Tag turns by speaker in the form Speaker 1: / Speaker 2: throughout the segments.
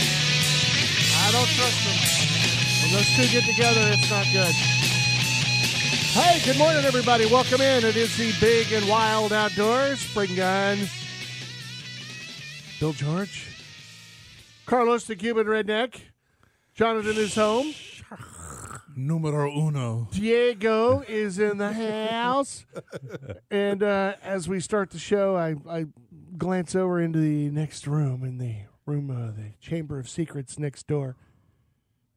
Speaker 1: I don't trust them. When those two get together, it's not good. Hey, good morning, everybody. Welcome in. It is the Big and Wild Outdoors. Spring Gun. Bill George. Carlos the Cuban Redneck. Jonathan is home.
Speaker 2: numero uno.
Speaker 1: Diego is in the house. and uh, as we start the show, I, I glance over into the next room in the room, uh, the Chamber of Secrets next door.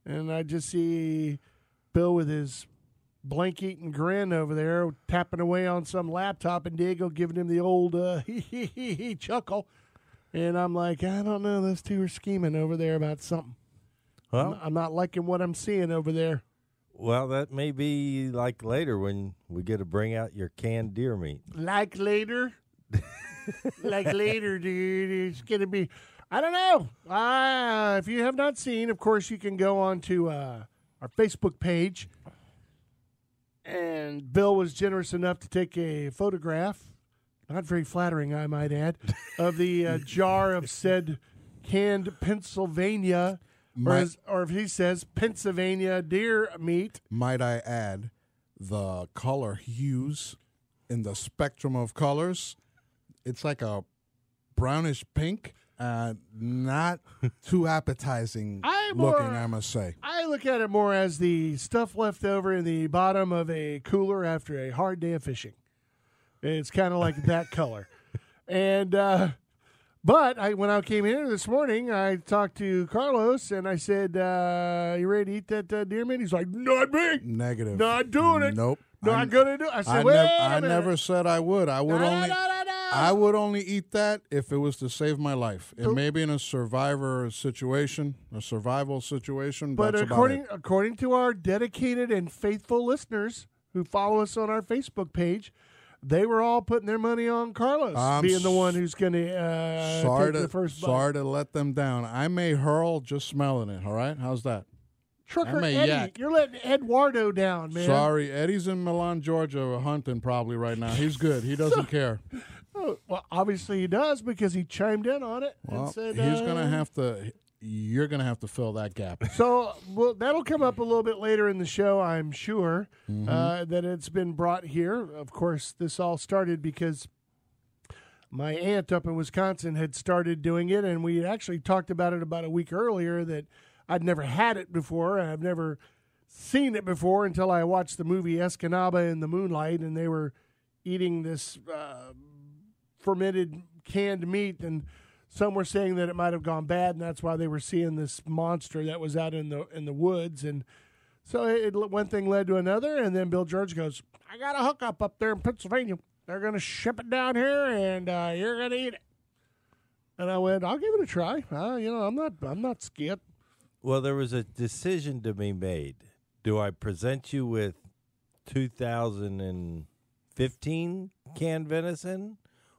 Speaker 1: And I just see Bill with his blank eating grin over there, tapping away on some laptop, and Diego giving him the old uh, hee hee hee chuckle. And I'm like, I don't know. Those two are scheming over there about something.
Speaker 3: Well,
Speaker 1: I'm not liking what I'm seeing over there.
Speaker 3: well, that may be like later when we get to bring out your canned deer meat.
Speaker 1: Like later. like later, dude. It's gonna be. I don't know. Uh, if you have not seen, of course, you can go on to uh, our Facebook page. And Bill was generous enough to take a photograph, not very flattering, I might add, of the uh, jar of said canned Pennsylvania, or,
Speaker 2: My-
Speaker 1: as, or if he says Pennsylvania deer meat.
Speaker 2: Might I add, the color hues in the spectrum of colors, it's like a brownish pink, uh, not too appetizing
Speaker 1: I'm
Speaker 2: looking,
Speaker 1: more-
Speaker 2: I must say.
Speaker 1: I look at it more as the stuff left over in the bottom of a cooler after a hard day of fishing. It's kind of like that color. And, uh, but I, when I came here this morning, I talked to Carlos and I said, uh, You ready to eat that uh, deer meat? He's like, Not me.
Speaker 2: Negative.
Speaker 1: Not doing it.
Speaker 2: Nope.
Speaker 1: Not
Speaker 2: I'm-
Speaker 1: going to do it. I said,
Speaker 2: I,
Speaker 1: Wait.
Speaker 2: nev-
Speaker 1: a
Speaker 2: I
Speaker 1: minute.
Speaker 2: never said I would. I would
Speaker 1: No,
Speaker 2: only.
Speaker 1: no, no, no.
Speaker 2: I would only eat that if it was to save my life, and maybe in a survivor situation, a survival situation.
Speaker 1: But
Speaker 2: that's about
Speaker 1: according
Speaker 2: it.
Speaker 1: according to our dedicated and faithful listeners who follow us on our Facebook page, they were all putting their money on Carlos
Speaker 2: I'm
Speaker 1: being the
Speaker 2: s-
Speaker 1: one who's going to uh,
Speaker 2: sorry
Speaker 1: take
Speaker 2: to
Speaker 1: the first bite.
Speaker 2: sorry to let them down. I may hurl just smelling it. All right, how's that?
Speaker 1: Trucker
Speaker 2: I'm a
Speaker 1: Eddie,
Speaker 2: yak.
Speaker 1: you're letting Eduardo down, man.
Speaker 2: Sorry, Eddie's in Milan, Georgia, hunting probably right now. He's good. He doesn't care.
Speaker 1: Oh, well, obviously he does because he chimed in on it
Speaker 2: Well,
Speaker 1: and said
Speaker 2: he's gonna
Speaker 1: uh,
Speaker 2: have to. You're gonna have to fill that gap.
Speaker 1: So well, that'll come up a little bit later in the show, I'm sure, uh, that it's been brought here. Of course, this all started because my aunt up in Wisconsin had started doing it, and we actually talked about it about a week earlier that I'd never had it before. and I've never seen it before until I watched the movie Escanaba in the Moonlight, and they were eating this uh, fermented canned meat and some were saying that it might have gone bad and that's why they were seeing this monster that was out in the in the woods and so it, it- one thing led to another and then bill george goes i got a hookup up there in pennsylvania they're going to ship it down here and uh, you're going to eat it and i went i'll give it a try uh, you know i'm not i'm not scared
Speaker 3: Well, there was a decision to be made. Do I present you with 2015 canned venison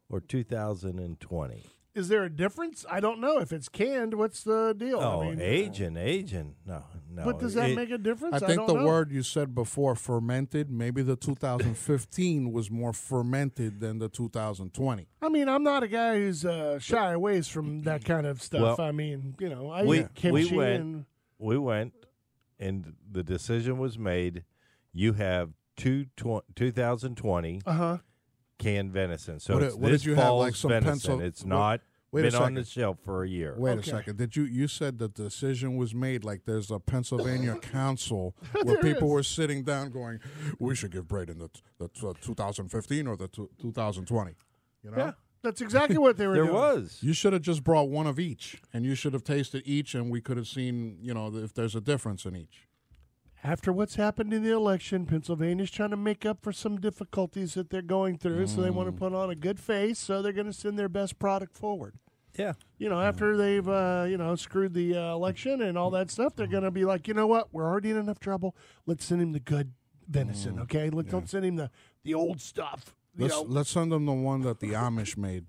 Speaker 3: or 2020?
Speaker 1: is there a difference i don't know if it's canned what's the deal I
Speaker 3: Oh,
Speaker 1: mean, uh,
Speaker 3: aging, aging. No, no.
Speaker 1: but does that
Speaker 3: It-
Speaker 1: make a difference
Speaker 2: I think
Speaker 1: don't
Speaker 2: the
Speaker 1: know.
Speaker 2: word you said before, fermented, maybe the 2015 was more fermented than the 2020.
Speaker 1: I mean, I'm not a guy who's uh, shy away from that kind of stuff.
Speaker 3: Well,
Speaker 1: I mean, you know, I
Speaker 3: we-
Speaker 1: eat kimchi
Speaker 3: we went-
Speaker 1: and
Speaker 3: we went and the decision was made you have two tw- 2020
Speaker 1: uh huh.
Speaker 3: canned venison so
Speaker 2: What did-
Speaker 3: it's
Speaker 2: what did
Speaker 3: this
Speaker 2: you have,
Speaker 3: fall's
Speaker 2: like some
Speaker 3: venison
Speaker 2: pencil-
Speaker 3: it's
Speaker 2: wait-
Speaker 3: not
Speaker 2: wait a
Speaker 3: been on the
Speaker 2: second.
Speaker 3: shelf for a year
Speaker 2: Wait
Speaker 1: Okay.
Speaker 2: a second. Did you you said the decision was made like there's a Pennsylvania council where people were sitting down going, we should give Braden the t- the t- 2015 or the t- 2020. You know,
Speaker 1: That's exactly what they were
Speaker 3: there
Speaker 1: doing.
Speaker 3: was
Speaker 2: you should have just brought one of each, and you should have tasted each, and we could have seen you know if there's a difference in each.
Speaker 1: after what's happened in the election, Pennsylvania's trying to make up for some difficulties that they're going through, so they want
Speaker 3: Mm.
Speaker 1: to put on a good face, so they're going to send their best product forward.
Speaker 3: Yeah. Mm.
Speaker 1: You know, after they've uh, you know screwed the uh, election and all that stuff, they're going to be like, you know what? We're already in enough trouble. Let's send him the good venison,
Speaker 3: Mm.
Speaker 1: okay? Let, Don't send him the the old stuff. You
Speaker 2: Let's
Speaker 1: know?
Speaker 2: let's send them the one that the Amish made.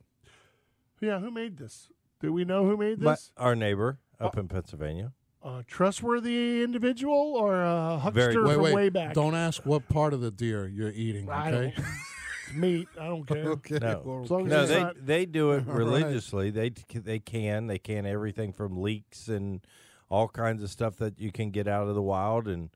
Speaker 1: Yeah, who made this? Do we know who made
Speaker 3: But
Speaker 1: this?
Speaker 3: our neighbor
Speaker 2: Oh.
Speaker 3: up in Pennsylvania.
Speaker 1: a trustworthy individual or a huckster
Speaker 3: Wait,
Speaker 1: from
Speaker 2: Wait, wait.
Speaker 1: way back?
Speaker 2: Don't ask what part of the deer you're eating.
Speaker 1: I
Speaker 2: Okay.
Speaker 1: don't. Meat. I don't care.
Speaker 2: okay.
Speaker 3: No.
Speaker 2: well,
Speaker 1: As long as
Speaker 3: No,
Speaker 1: it's
Speaker 3: they
Speaker 1: not-
Speaker 3: they do it
Speaker 2: All right.
Speaker 3: religiously. They They they can they can everything from leaks and all kinds of stuff that you can get out of the wild and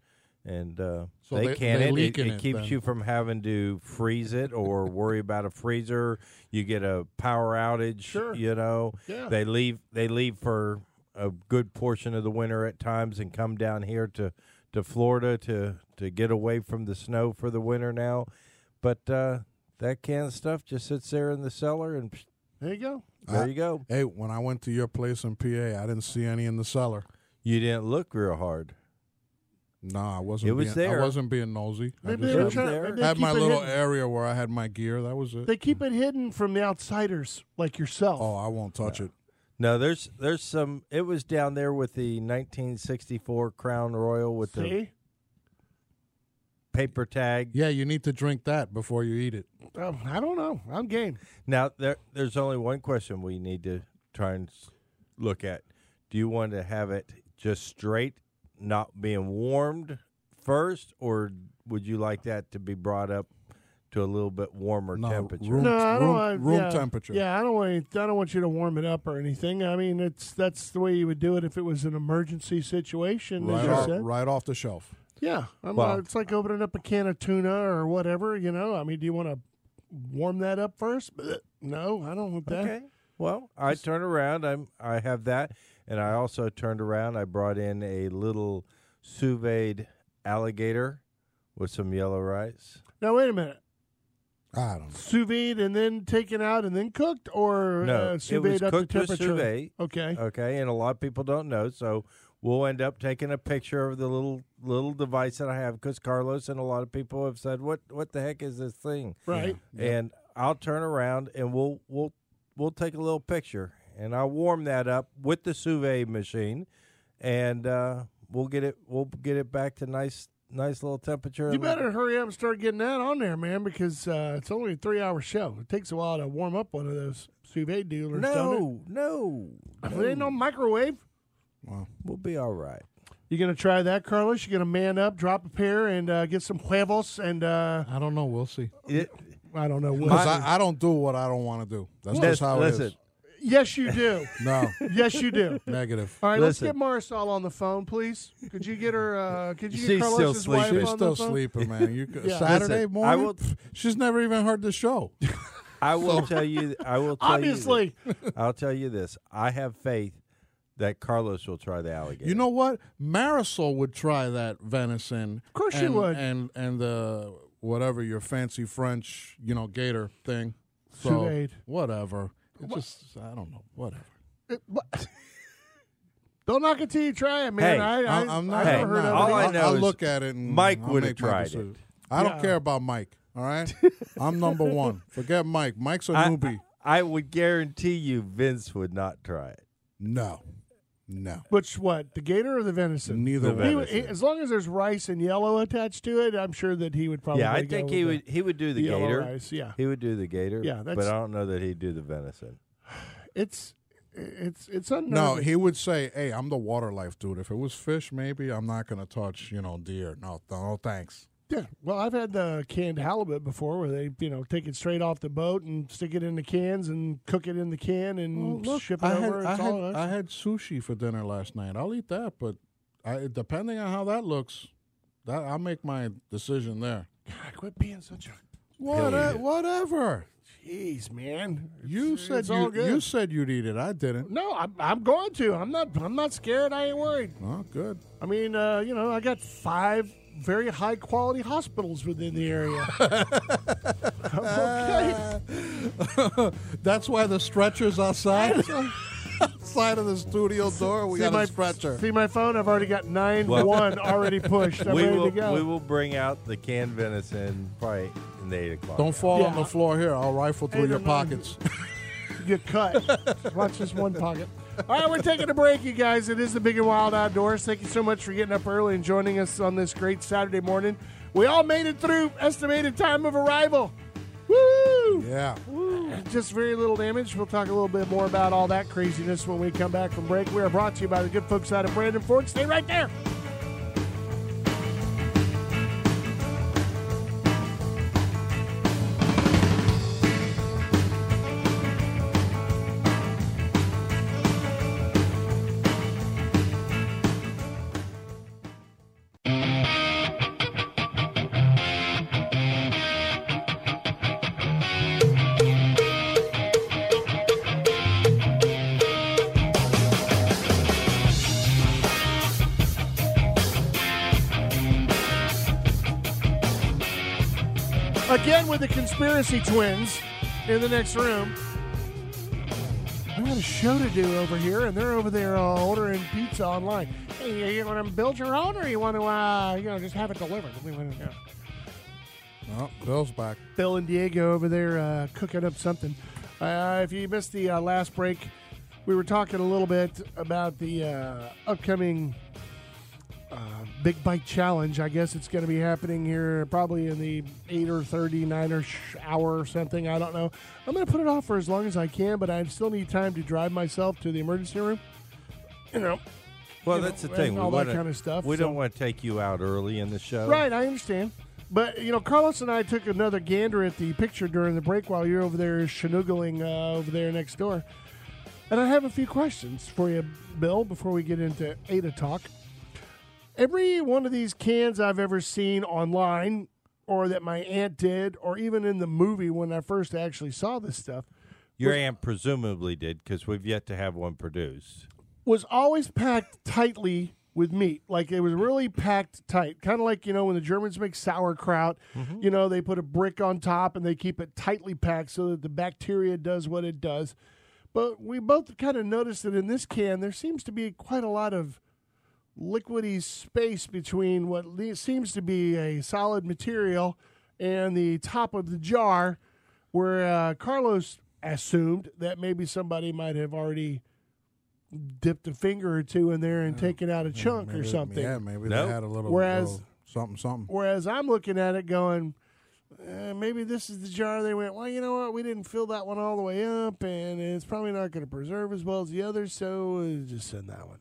Speaker 3: and uh,
Speaker 2: So
Speaker 3: they,
Speaker 2: they-
Speaker 3: can
Speaker 2: they
Speaker 3: it.
Speaker 2: leak
Speaker 3: it.
Speaker 2: in
Speaker 3: It,
Speaker 2: it
Speaker 3: keeps
Speaker 2: then.
Speaker 3: you from having to freeze it or worry about a freezer. You get a power outage.
Speaker 1: Sure.
Speaker 3: You know
Speaker 1: Yeah.
Speaker 3: they leave they leave for a good portion of the winter at times and come down here to to Florida to to get away from the snow for the winter now, but. uh that can of stuff just sits there in the cellar and psh,
Speaker 1: There you go.
Speaker 3: there
Speaker 2: Uh,
Speaker 3: you go.
Speaker 2: Hey, when I went to your place in PA, I didn't see any in the cellar.
Speaker 3: You didn't look real hard.
Speaker 2: No, I wasn't.
Speaker 3: It was
Speaker 2: being,
Speaker 3: there.
Speaker 2: I wasn't being nosy. I
Speaker 1: Maybe
Speaker 2: just
Speaker 1: they were
Speaker 3: have
Speaker 1: trying.
Speaker 3: there.
Speaker 1: maybe they
Speaker 2: had, had
Speaker 1: keep
Speaker 2: my
Speaker 1: it
Speaker 2: little
Speaker 1: hidden.
Speaker 2: area where I had my gear. That was it.
Speaker 1: They keep it hidden from the outsiders like yourself.
Speaker 2: oh, I won't touch it.
Speaker 3: No, there's there's some. It was down there with the 1964 Crown Royal with the
Speaker 1: See?
Speaker 3: paper tag.
Speaker 2: Yeah, you need to drink that before you eat it.
Speaker 1: Um, I don't know. I'm game.
Speaker 3: Now there there's only one question we need to try and s- look at. Do you want to have it just straight, not being warmed first, or would you like that to be brought up to a little bit warmer
Speaker 2: No,
Speaker 3: temperature?
Speaker 2: room-
Speaker 1: No, I don't
Speaker 2: room-
Speaker 1: want
Speaker 2: room
Speaker 1: yeah.
Speaker 2: temperature.
Speaker 1: Yeah, I don't want. any- I don't want you to warm it up or anything. I mean, it's that's the way you would do it if it was an emergency situation. as
Speaker 2: Right
Speaker 1: you
Speaker 2: off,
Speaker 1: said.
Speaker 2: right off the shelf.
Speaker 1: Yeah, I'm,
Speaker 3: Well-
Speaker 1: uh, it's like opening up a can of tuna or whatever. You know, I mean, do you want to warm that up first? Blech. No, I don't want that.
Speaker 3: Okay. Well, I turn around. I'm I have that, and I also turned around. I brought in a little sous vide alligator with some yellow rice.
Speaker 1: Now wait a minute,
Speaker 2: I don't know.
Speaker 1: sous vide and then taken out and then cooked, or
Speaker 3: No,
Speaker 1: uh,
Speaker 3: it
Speaker 1: sous
Speaker 3: was
Speaker 1: vide up to
Speaker 3: cooked with
Speaker 1: temperature.
Speaker 3: sous vide. Uh,
Speaker 1: Okay,
Speaker 3: Okay, and a lot of people don't know, so we'll end up taking a picture of the little little device that I have because Carlos and a lot of people have said, "What what the heck is this thing?"
Speaker 1: right.
Speaker 3: and I'll turn around and we'll we'll we'll take a little picture and I'll warm that up with the sous vide machine, and uh, we'll get it we'll get it back to nice nice little temperature.
Speaker 1: You
Speaker 3: and-
Speaker 1: better hurry up and start getting that on there, man, because uh, it's only a three-hour show. It takes a while to warm up one of those sous vide dealers. do
Speaker 3: No, no,
Speaker 1: there ain't no microwave.
Speaker 3: we'll be all right.
Speaker 1: You gonna try that, Carlos? You gonna man up, drop a pair, and uh, get some huevos? And uh,
Speaker 2: I don't know. We'll see.
Speaker 3: It,
Speaker 1: I don't know.
Speaker 2: Because
Speaker 1: What.
Speaker 2: I, I don't do what I don't want to do. That's just
Speaker 3: listen,
Speaker 2: how it is.
Speaker 3: listen,
Speaker 1: Yes, you do.
Speaker 2: No,
Speaker 1: Yes, you do.
Speaker 2: negative.
Speaker 1: All right,
Speaker 3: Listen.
Speaker 1: let's get Marisol on the phone, please. Could you get her? Uh, could you
Speaker 3: She's
Speaker 1: get
Speaker 3: still
Speaker 1: Carlos's
Speaker 3: sleeping.
Speaker 1: wife
Speaker 2: She's
Speaker 1: on
Speaker 2: still
Speaker 1: the phone?
Speaker 2: sleeping, man. You could,
Speaker 1: Yeah.
Speaker 2: Saturday
Speaker 3: Listen, I
Speaker 2: morning,
Speaker 3: will-
Speaker 2: Pff, she's never even heard the show.
Speaker 3: I will tell you. I will tell
Speaker 1: Obviously,
Speaker 3: You this, I'll tell you this. I have faith that Carlos will try the alligator.
Speaker 2: You know what? Marisol would try that venison. Of
Speaker 1: course she
Speaker 2: and,
Speaker 1: would.
Speaker 2: And and the whatever your fancy French, you know, gator thing. So
Speaker 1: Sous vide.
Speaker 2: whatever. It just I don't know. Whatever.
Speaker 1: It- what- don't knock it till you try it, man.
Speaker 3: Hey,
Speaker 1: I, I,
Speaker 2: I'm, I'm not.
Speaker 1: I've
Speaker 3: Hey,
Speaker 1: never heard
Speaker 3: no,
Speaker 1: of
Speaker 3: all
Speaker 1: it.
Speaker 3: I
Speaker 2: I'll,
Speaker 3: know
Speaker 2: I'll
Speaker 3: is
Speaker 2: look at it. And
Speaker 3: Mike
Speaker 2: I'll
Speaker 3: would've
Speaker 2: make my
Speaker 3: tried
Speaker 2: decision.
Speaker 3: it.
Speaker 2: I
Speaker 1: Yeah.
Speaker 2: don't care about Mike. All right, I'm number one. Forget Mike. Mike's a
Speaker 3: I-
Speaker 2: newbie.
Speaker 3: I would guarantee you, Vince would not try it.
Speaker 2: No, no,
Speaker 1: Which what? The gator or the venison?
Speaker 2: neither
Speaker 3: The
Speaker 2: one.
Speaker 1: He would-
Speaker 3: venison.
Speaker 1: as long as there's rice and yellow attached to it, I'm sure that he would probably.
Speaker 3: yeah, I
Speaker 1: Oh, go
Speaker 3: think
Speaker 1: with
Speaker 3: he
Speaker 1: the-
Speaker 3: would. He would do the,
Speaker 1: yellow
Speaker 3: gator.
Speaker 1: rice, yeah.
Speaker 3: he would do the gator.
Speaker 1: Yeah,
Speaker 3: but
Speaker 1: that's-
Speaker 3: I don't know that he'd do the venison.
Speaker 1: It's it's it's unnerving.
Speaker 2: No, he would say, "Hey, I'm the water life dude. If it was fish, maybe I'm not gonna touch, you know, deer. No, no, thanks."
Speaker 1: Yeah. Well, I've had the canned halibut before, where they you know take it straight off the boat and stick it in the cans and cook it in the can and Mm, ship it
Speaker 2: I
Speaker 1: over.
Speaker 2: Had,
Speaker 1: it's
Speaker 2: I,
Speaker 1: all
Speaker 2: had,
Speaker 1: that's-
Speaker 2: I had sushi for dinner last night. I'll eat that, but I, depending on how that looks, that I'll make my decision there.
Speaker 1: God, quit being such a
Speaker 2: What?
Speaker 3: eat it.
Speaker 2: whatever.
Speaker 1: jeez, man.
Speaker 2: You
Speaker 1: It's-
Speaker 2: said
Speaker 1: it's all
Speaker 2: you,
Speaker 1: good.
Speaker 2: you said you'd eat it. I didn't.
Speaker 1: no, I'm, I'm going to. I'm not. I'm not scared. I ain't worried.
Speaker 2: Oh, good.
Speaker 1: I mean, uh, you know, I got five very high quality hospitals within the area. I'm okay.
Speaker 2: That's why the stretchers outside. side of the studio door. We got
Speaker 1: my
Speaker 2: a stretcher.
Speaker 1: See my phone? I've already got nine
Speaker 3: Well-
Speaker 1: one already pushed. I'm
Speaker 3: we
Speaker 1: ready
Speaker 3: will
Speaker 1: to go.
Speaker 3: we will bring out the canned venison probably in the eight o'clock.
Speaker 2: Don't fall on
Speaker 1: Yeah.
Speaker 2: the floor here. I'll rifle through
Speaker 1: Ain't
Speaker 2: your
Speaker 1: no-
Speaker 2: pockets.
Speaker 1: get cut. Watch this one pocket. All right, we're taking a break, you guys. It is the Big and Wild Outdoors. Thank you so much for getting up early and joining us on this great Saturday morning. We all made it through estimated time of arrival. Woo!
Speaker 2: yeah.
Speaker 1: Just very little damage. We'll talk a little bit more about all that craziness when we come back from break. We are brought to you by the good folks out of Brandon Ford. Stay right there. Again with the conspiracy twins in the next room. I got a show to do over here, and they're over there uh, ordering pizza online. Hey, you want to build your own, or you want to, uh, you know, just have it delivered? We wanna- yeah.
Speaker 2: Well, Oh, Bill's back.
Speaker 1: Bill and Diego over there uh, cooking up something. Uh, if you missed the uh, last break, we were talking a little bit about the uh, upcoming uh, Big Bike Challenge. I guess it's going to be happening here probably in the 8 or 30, 9 or sh- hour or something. I don't know. I'm going to put it off for as long as I can, but I still need time to drive myself to the emergency room. You know,
Speaker 3: Well,
Speaker 1: you know,
Speaker 3: that's the
Speaker 1: and
Speaker 3: thing. We
Speaker 1: all that
Speaker 3: wanna-
Speaker 1: kinda stuff,
Speaker 3: We
Speaker 1: so-
Speaker 3: don't want to take you out early in the show.
Speaker 1: Right, I understand. But you know, Carlos and I took another gander at the picture during the break while you're over there shenugling uh, over there next door. And I have a few questions for you, Bill, before we get into Ada talk. Every one of these cans I've ever seen online, or that my aunt did, or even in the movie when I first actually saw this stuff,
Speaker 3: Your aunt presumably did because we've yet to have one produced.
Speaker 1: was always packed tightly with meat. Like it was really packed tight. Kind of like, you know, when the Germans make sauerkraut, you know, they put a brick on top and they keep it tightly packed so that the bacteria does what it does. But we both kind of noticed that in this can, there seems to be quite a lot of liquidy space between what le- seems to be a solid material and the top of the jar, where uh, Carlos assumed that maybe somebody might have already dipped a finger or two in there and taken out a chunk or
Speaker 2: Maybe-
Speaker 1: something.
Speaker 2: Yeah, maybe
Speaker 3: Nope.
Speaker 2: they had a little,
Speaker 1: Whereas-
Speaker 2: little something, something.
Speaker 1: Whereas I'm looking at it going, uh, maybe this is the jar they went, well, you know what? We didn't fill that one all the way up, and it's probably not going to preserve as well as the others, so uh, just send that one.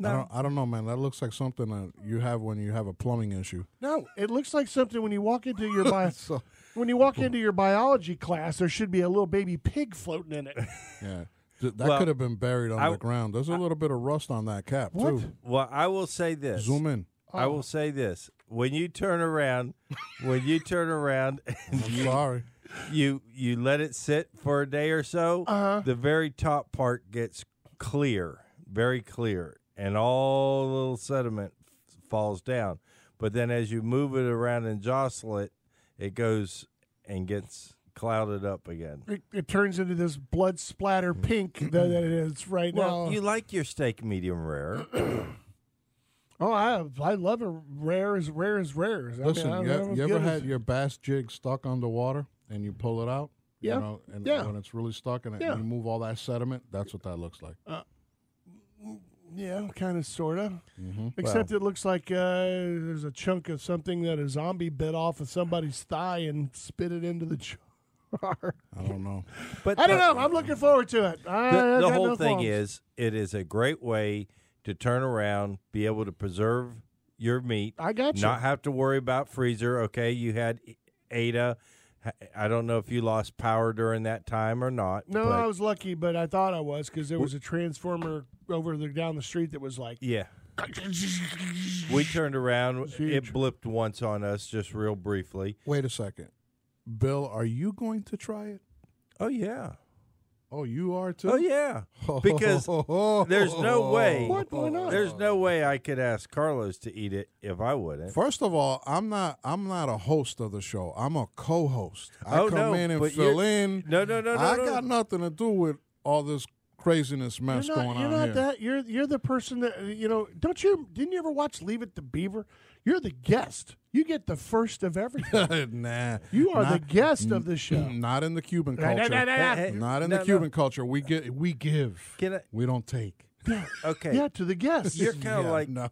Speaker 2: I, don't, I don't know, man. That looks like something that you have when you have a plumbing issue.
Speaker 1: No, it looks like something when you walk into your bio-
Speaker 2: So-
Speaker 1: when you walk into your biology class, there should be a little baby pig floating in it.
Speaker 2: Yeah. Th- That
Speaker 3: Well,
Speaker 2: could have been buried on
Speaker 3: I-
Speaker 2: the ground. There's a little bit of rust on that cap, too.
Speaker 3: Well, I will say this.
Speaker 2: Zoom in.
Speaker 3: I
Speaker 1: Oh.
Speaker 3: will say this. When you turn around, when you turn around and
Speaker 2: I'm sorry.
Speaker 3: you you let it sit for a day or so,
Speaker 1: Uh-huh.
Speaker 3: the very top part gets clear, very clear, and all the little sediment f- falls down. But then as you move it around and jostle it, it goes and gets clouded up again.
Speaker 1: It, it turns into this blood splatter pink
Speaker 2: Mm-hmm.
Speaker 1: that that it is right
Speaker 3: Well,
Speaker 1: now.
Speaker 3: you like your steak medium rare.
Speaker 1: oh, I I love it. Rare as rare as rare. as- I mean,
Speaker 2: Listen,
Speaker 1: I don't
Speaker 2: you,
Speaker 1: know
Speaker 2: ever- you
Speaker 1: if
Speaker 2: ever
Speaker 1: good as-
Speaker 2: had your bass jig stuck underwater and you pull it out?
Speaker 1: Yeah.
Speaker 2: You know, and
Speaker 1: Yeah.
Speaker 2: when it's really stuck and it-
Speaker 1: Yeah.
Speaker 2: you move all that sediment, that's what that looks like.
Speaker 1: Yeah, kind of, sort of.
Speaker 2: Mm-hmm.
Speaker 1: Except it looks like uh, there's a chunk of something that a zombie bit off of somebody's thigh and spit it into the jar.
Speaker 2: I don't know.
Speaker 3: But
Speaker 1: I don't
Speaker 3: the-
Speaker 1: know. I'm looking forward to it. I,
Speaker 3: the,
Speaker 1: I
Speaker 3: the
Speaker 1: got
Speaker 3: whole
Speaker 1: no
Speaker 3: thing
Speaker 1: qualms.
Speaker 3: is it is a great way to turn around be able to preserve your meat
Speaker 1: I got you.
Speaker 3: not have to worry about freezer okay you had e, ada H- i don't know if you lost power during that time or not
Speaker 1: no,
Speaker 3: but
Speaker 1: I was lucky, but I thought I was because there was a transformer over the down the street that was like,
Speaker 3: yeah we turned around it blipped once on us just real briefly
Speaker 2: Wait a second. Bill, are you going to try it?
Speaker 3: oh yeah
Speaker 2: Oh, you are too?
Speaker 3: oh yeah because there's no way
Speaker 1: What? Why not?
Speaker 3: there's no way i could ask carlos to eat it if i wouldn't
Speaker 2: First of all, I'm not I'm not a host of the show. I'm a co-host. I
Speaker 3: Oh,
Speaker 2: come
Speaker 3: no,
Speaker 2: in and
Speaker 3: but
Speaker 2: fill
Speaker 3: you're-
Speaker 2: in.
Speaker 3: No, no, no, no,
Speaker 2: I
Speaker 3: no.
Speaker 2: got nothing to do with all this craziness mess
Speaker 1: you're not,
Speaker 2: going
Speaker 1: you're
Speaker 2: on
Speaker 1: not
Speaker 2: here.
Speaker 1: that. You're you're the person that you know. Don't you? Didn't you ever watch Leave It to Beaver? You're the guest. You get the first of everything.
Speaker 2: nah,
Speaker 1: You are the
Speaker 2: not-
Speaker 1: guest of the show.
Speaker 2: Not in the Cuban
Speaker 1: Nah, nah,
Speaker 2: culture.
Speaker 1: nah, nah,
Speaker 3: nah.
Speaker 2: Not in
Speaker 3: No,
Speaker 2: the
Speaker 3: no.
Speaker 2: Cuban culture. We get we give.
Speaker 3: Can I-
Speaker 2: we don't take.
Speaker 3: Okay,
Speaker 1: Yeah, to the guests.
Speaker 3: You're kinda
Speaker 2: Yeah,
Speaker 3: like-
Speaker 2: no.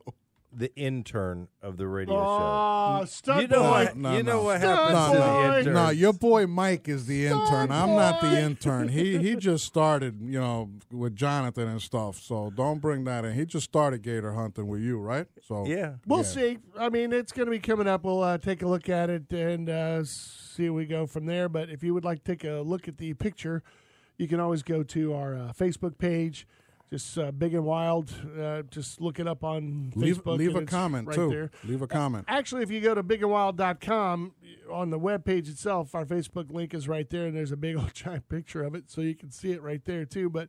Speaker 3: the intern of the radio show.
Speaker 1: oh, stuck
Speaker 3: You know
Speaker 1: boy.
Speaker 3: what?
Speaker 2: No,
Speaker 3: you
Speaker 2: no.
Speaker 3: know what
Speaker 1: Stud
Speaker 3: happens to
Speaker 1: boy.
Speaker 3: the intern.
Speaker 2: No, your boy Mike is the intern. I'm not
Speaker 1: boy.
Speaker 2: the intern. He he just started, you know, with Jonathan and stuff. So don't bring that in. He just started gator hunting with you, right? So
Speaker 3: yeah.
Speaker 1: We'll
Speaker 2: Yeah.
Speaker 1: see. I mean, it's going to be coming up. We'll uh, take a look at it and uh, see where we go from there. But if you would like to take a look at the picture, you can always go to our uh, Facebook page. Just uh, big and wild. Uh, just look it up on
Speaker 2: leave
Speaker 1: Facebook.
Speaker 2: leave
Speaker 1: and
Speaker 2: a
Speaker 1: it's
Speaker 2: comment
Speaker 1: right
Speaker 2: too.
Speaker 1: There.
Speaker 2: Leave a comment.
Speaker 1: Actually, if you go to bigandwild.com on the webpage itself, our Facebook link is right there, and there's a big old giant picture of it, so you can see it right there too. But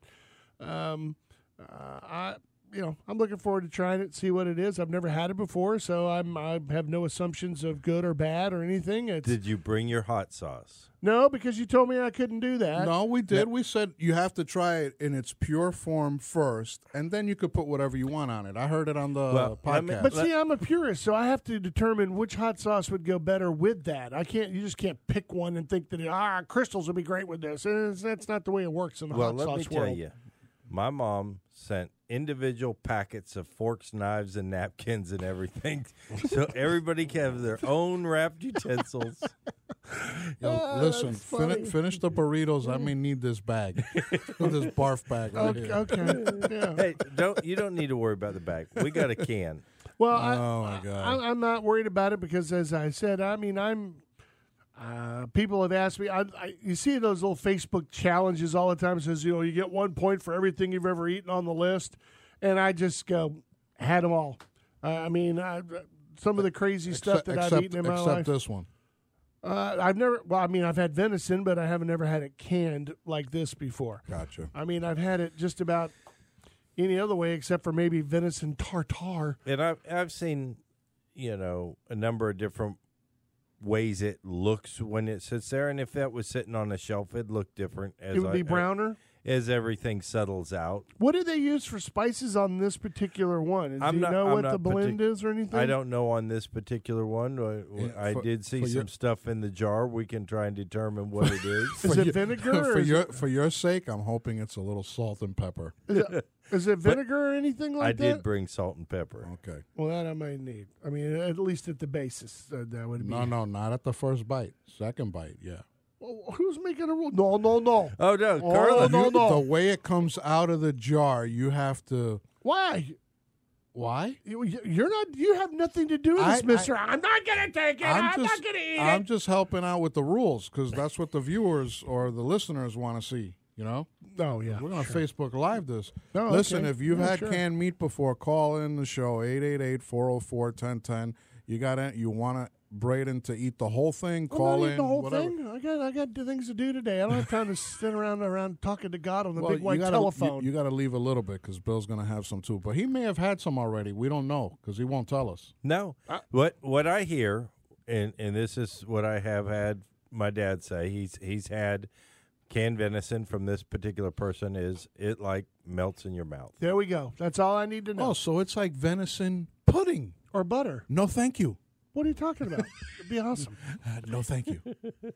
Speaker 1: um, uh, I, you know, I'm looking forward to trying it, see what it is. I've never had it before, so I'm I have no assumptions of good or bad or anything. It's,
Speaker 3: Did you bring your hot sauce?
Speaker 1: no, because you told me I couldn't do that.
Speaker 2: No, we did. We said you have to try it in its pure form first, and then you could put whatever you want on it. I heard it on the
Speaker 3: Well, I mean-
Speaker 2: podcast.
Speaker 1: But see, I'm a purist, so I have to determine which hot sauce would go better with that. I can't. You just can't pick one and think that ah, crystals would be great with this. It's, that's not the way it works in the
Speaker 3: Well,
Speaker 1: hot
Speaker 3: let
Speaker 1: sauce
Speaker 3: me tell
Speaker 1: world.
Speaker 3: you, my mom sent individual packets of forks, knives, and napkins and everything, so everybody can have their own wrapped utensils.
Speaker 2: Yo,
Speaker 1: Ah,
Speaker 2: listen,
Speaker 1: that's
Speaker 2: fin-
Speaker 1: funny.
Speaker 2: finish the burritos. I may need this bag, this barf bag right
Speaker 1: Okay.
Speaker 2: here.
Speaker 1: okay. Yeah.
Speaker 3: hey, don't you don't need to worry about the bag. We got a can.
Speaker 1: Well, I,
Speaker 2: Oh, my God.
Speaker 1: I, I'm not worried about it because, as I said, I mean, I'm. Uh, people have asked me. I, I, you see those little Facebook challenges all the time. It says you know you get one point for everything you've ever eaten on the list, and I just go had them all. Uh, I mean, I, some of the crazy stuff that I've
Speaker 2: except,
Speaker 1: eaten in my
Speaker 2: except
Speaker 1: life.
Speaker 2: this one.
Speaker 1: Uh, I've never. Well, I mean, I've had venison, but I haven't ever had it canned like this before.
Speaker 2: Gotcha.
Speaker 1: I mean, I've had it just about any other way except for maybe venison tartare.
Speaker 3: And I've I've seen, you know, a number of different ways it looks when it sits there. And if that was sitting on a shelf, it'd look different. As
Speaker 1: it would
Speaker 3: I- uh,
Speaker 1: be browner.
Speaker 3: as everything settles out.
Speaker 1: What do they use for spices on this particular one? And
Speaker 3: I'm
Speaker 1: do you
Speaker 3: not-
Speaker 1: know
Speaker 3: I'm
Speaker 1: what the
Speaker 3: not partic-
Speaker 1: blend is or anything?
Speaker 3: I don't know on this particular one. I,
Speaker 2: Yeah,
Speaker 3: I
Speaker 2: for-
Speaker 3: did see
Speaker 2: for
Speaker 3: some
Speaker 2: your-
Speaker 3: stuff in the jar. We can try and determine what it is.
Speaker 1: Is
Speaker 2: For
Speaker 1: it
Speaker 2: you-
Speaker 1: vinegar? or
Speaker 2: for
Speaker 1: is,
Speaker 2: your for your sake, I'm hoping it's a little salt and pepper.
Speaker 1: is it, is it vinegar or anything like
Speaker 3: I
Speaker 1: that?
Speaker 3: did bring salt and pepper.
Speaker 2: Okay.
Speaker 1: well, that I might need. I mean, at least at the basis, uh, that would be.
Speaker 2: No, no, not at the first bite. Second bite, yeah.
Speaker 1: Well, who's making a rule? No, no, no.
Speaker 2: Uh,
Speaker 3: Oh no,
Speaker 1: Oh,
Speaker 3: Carla!
Speaker 1: no,
Speaker 2: You-
Speaker 1: no.
Speaker 2: The way it comes out of the jar, you have to.
Speaker 1: Why?
Speaker 2: Why?
Speaker 1: You, you're not. You have nothing to do with
Speaker 2: I-
Speaker 1: this,
Speaker 2: I-
Speaker 1: Mister. I, am not gonna take it. I'm, not
Speaker 2: just,
Speaker 1: gonna eat
Speaker 2: I'm
Speaker 1: it.
Speaker 2: just helping out with the rules because that's what the viewers or the listeners want to see. You know,
Speaker 1: Oh yeah.
Speaker 2: we're gonna Facebook Live this.
Speaker 1: No,
Speaker 2: Listen,
Speaker 1: Oh, okay.
Speaker 2: if you've
Speaker 1: Yeah,
Speaker 2: had
Speaker 1: sure.
Speaker 2: canned meat before, call in the show 888-404-1010. You got to You want to Braden to eat the whole thing?
Speaker 1: I'm
Speaker 2: call
Speaker 1: not
Speaker 2: in.
Speaker 1: eating the whole
Speaker 2: whatever.
Speaker 1: thing. I got I got things to do today. I don't have time to sit around around talking to God on the
Speaker 2: Well,
Speaker 1: big white
Speaker 2: you gotta,
Speaker 1: telephone.
Speaker 2: You, you got to leave a little bit because Bill's going to have some too. But he may have had some already. We don't know because he won't tell us.
Speaker 3: No,
Speaker 1: Uh.
Speaker 3: what what I hear, and and this is what I have had my dad say. He's he's had canned venison from this particular person. Is it like melts in your mouth?
Speaker 1: there we go. That's all I need to know.
Speaker 2: Oh, so it's like venison pudding.
Speaker 1: Or butter.
Speaker 2: No, thank you.
Speaker 1: What are you talking about? It'd be awesome.
Speaker 2: Uh, no, thank you.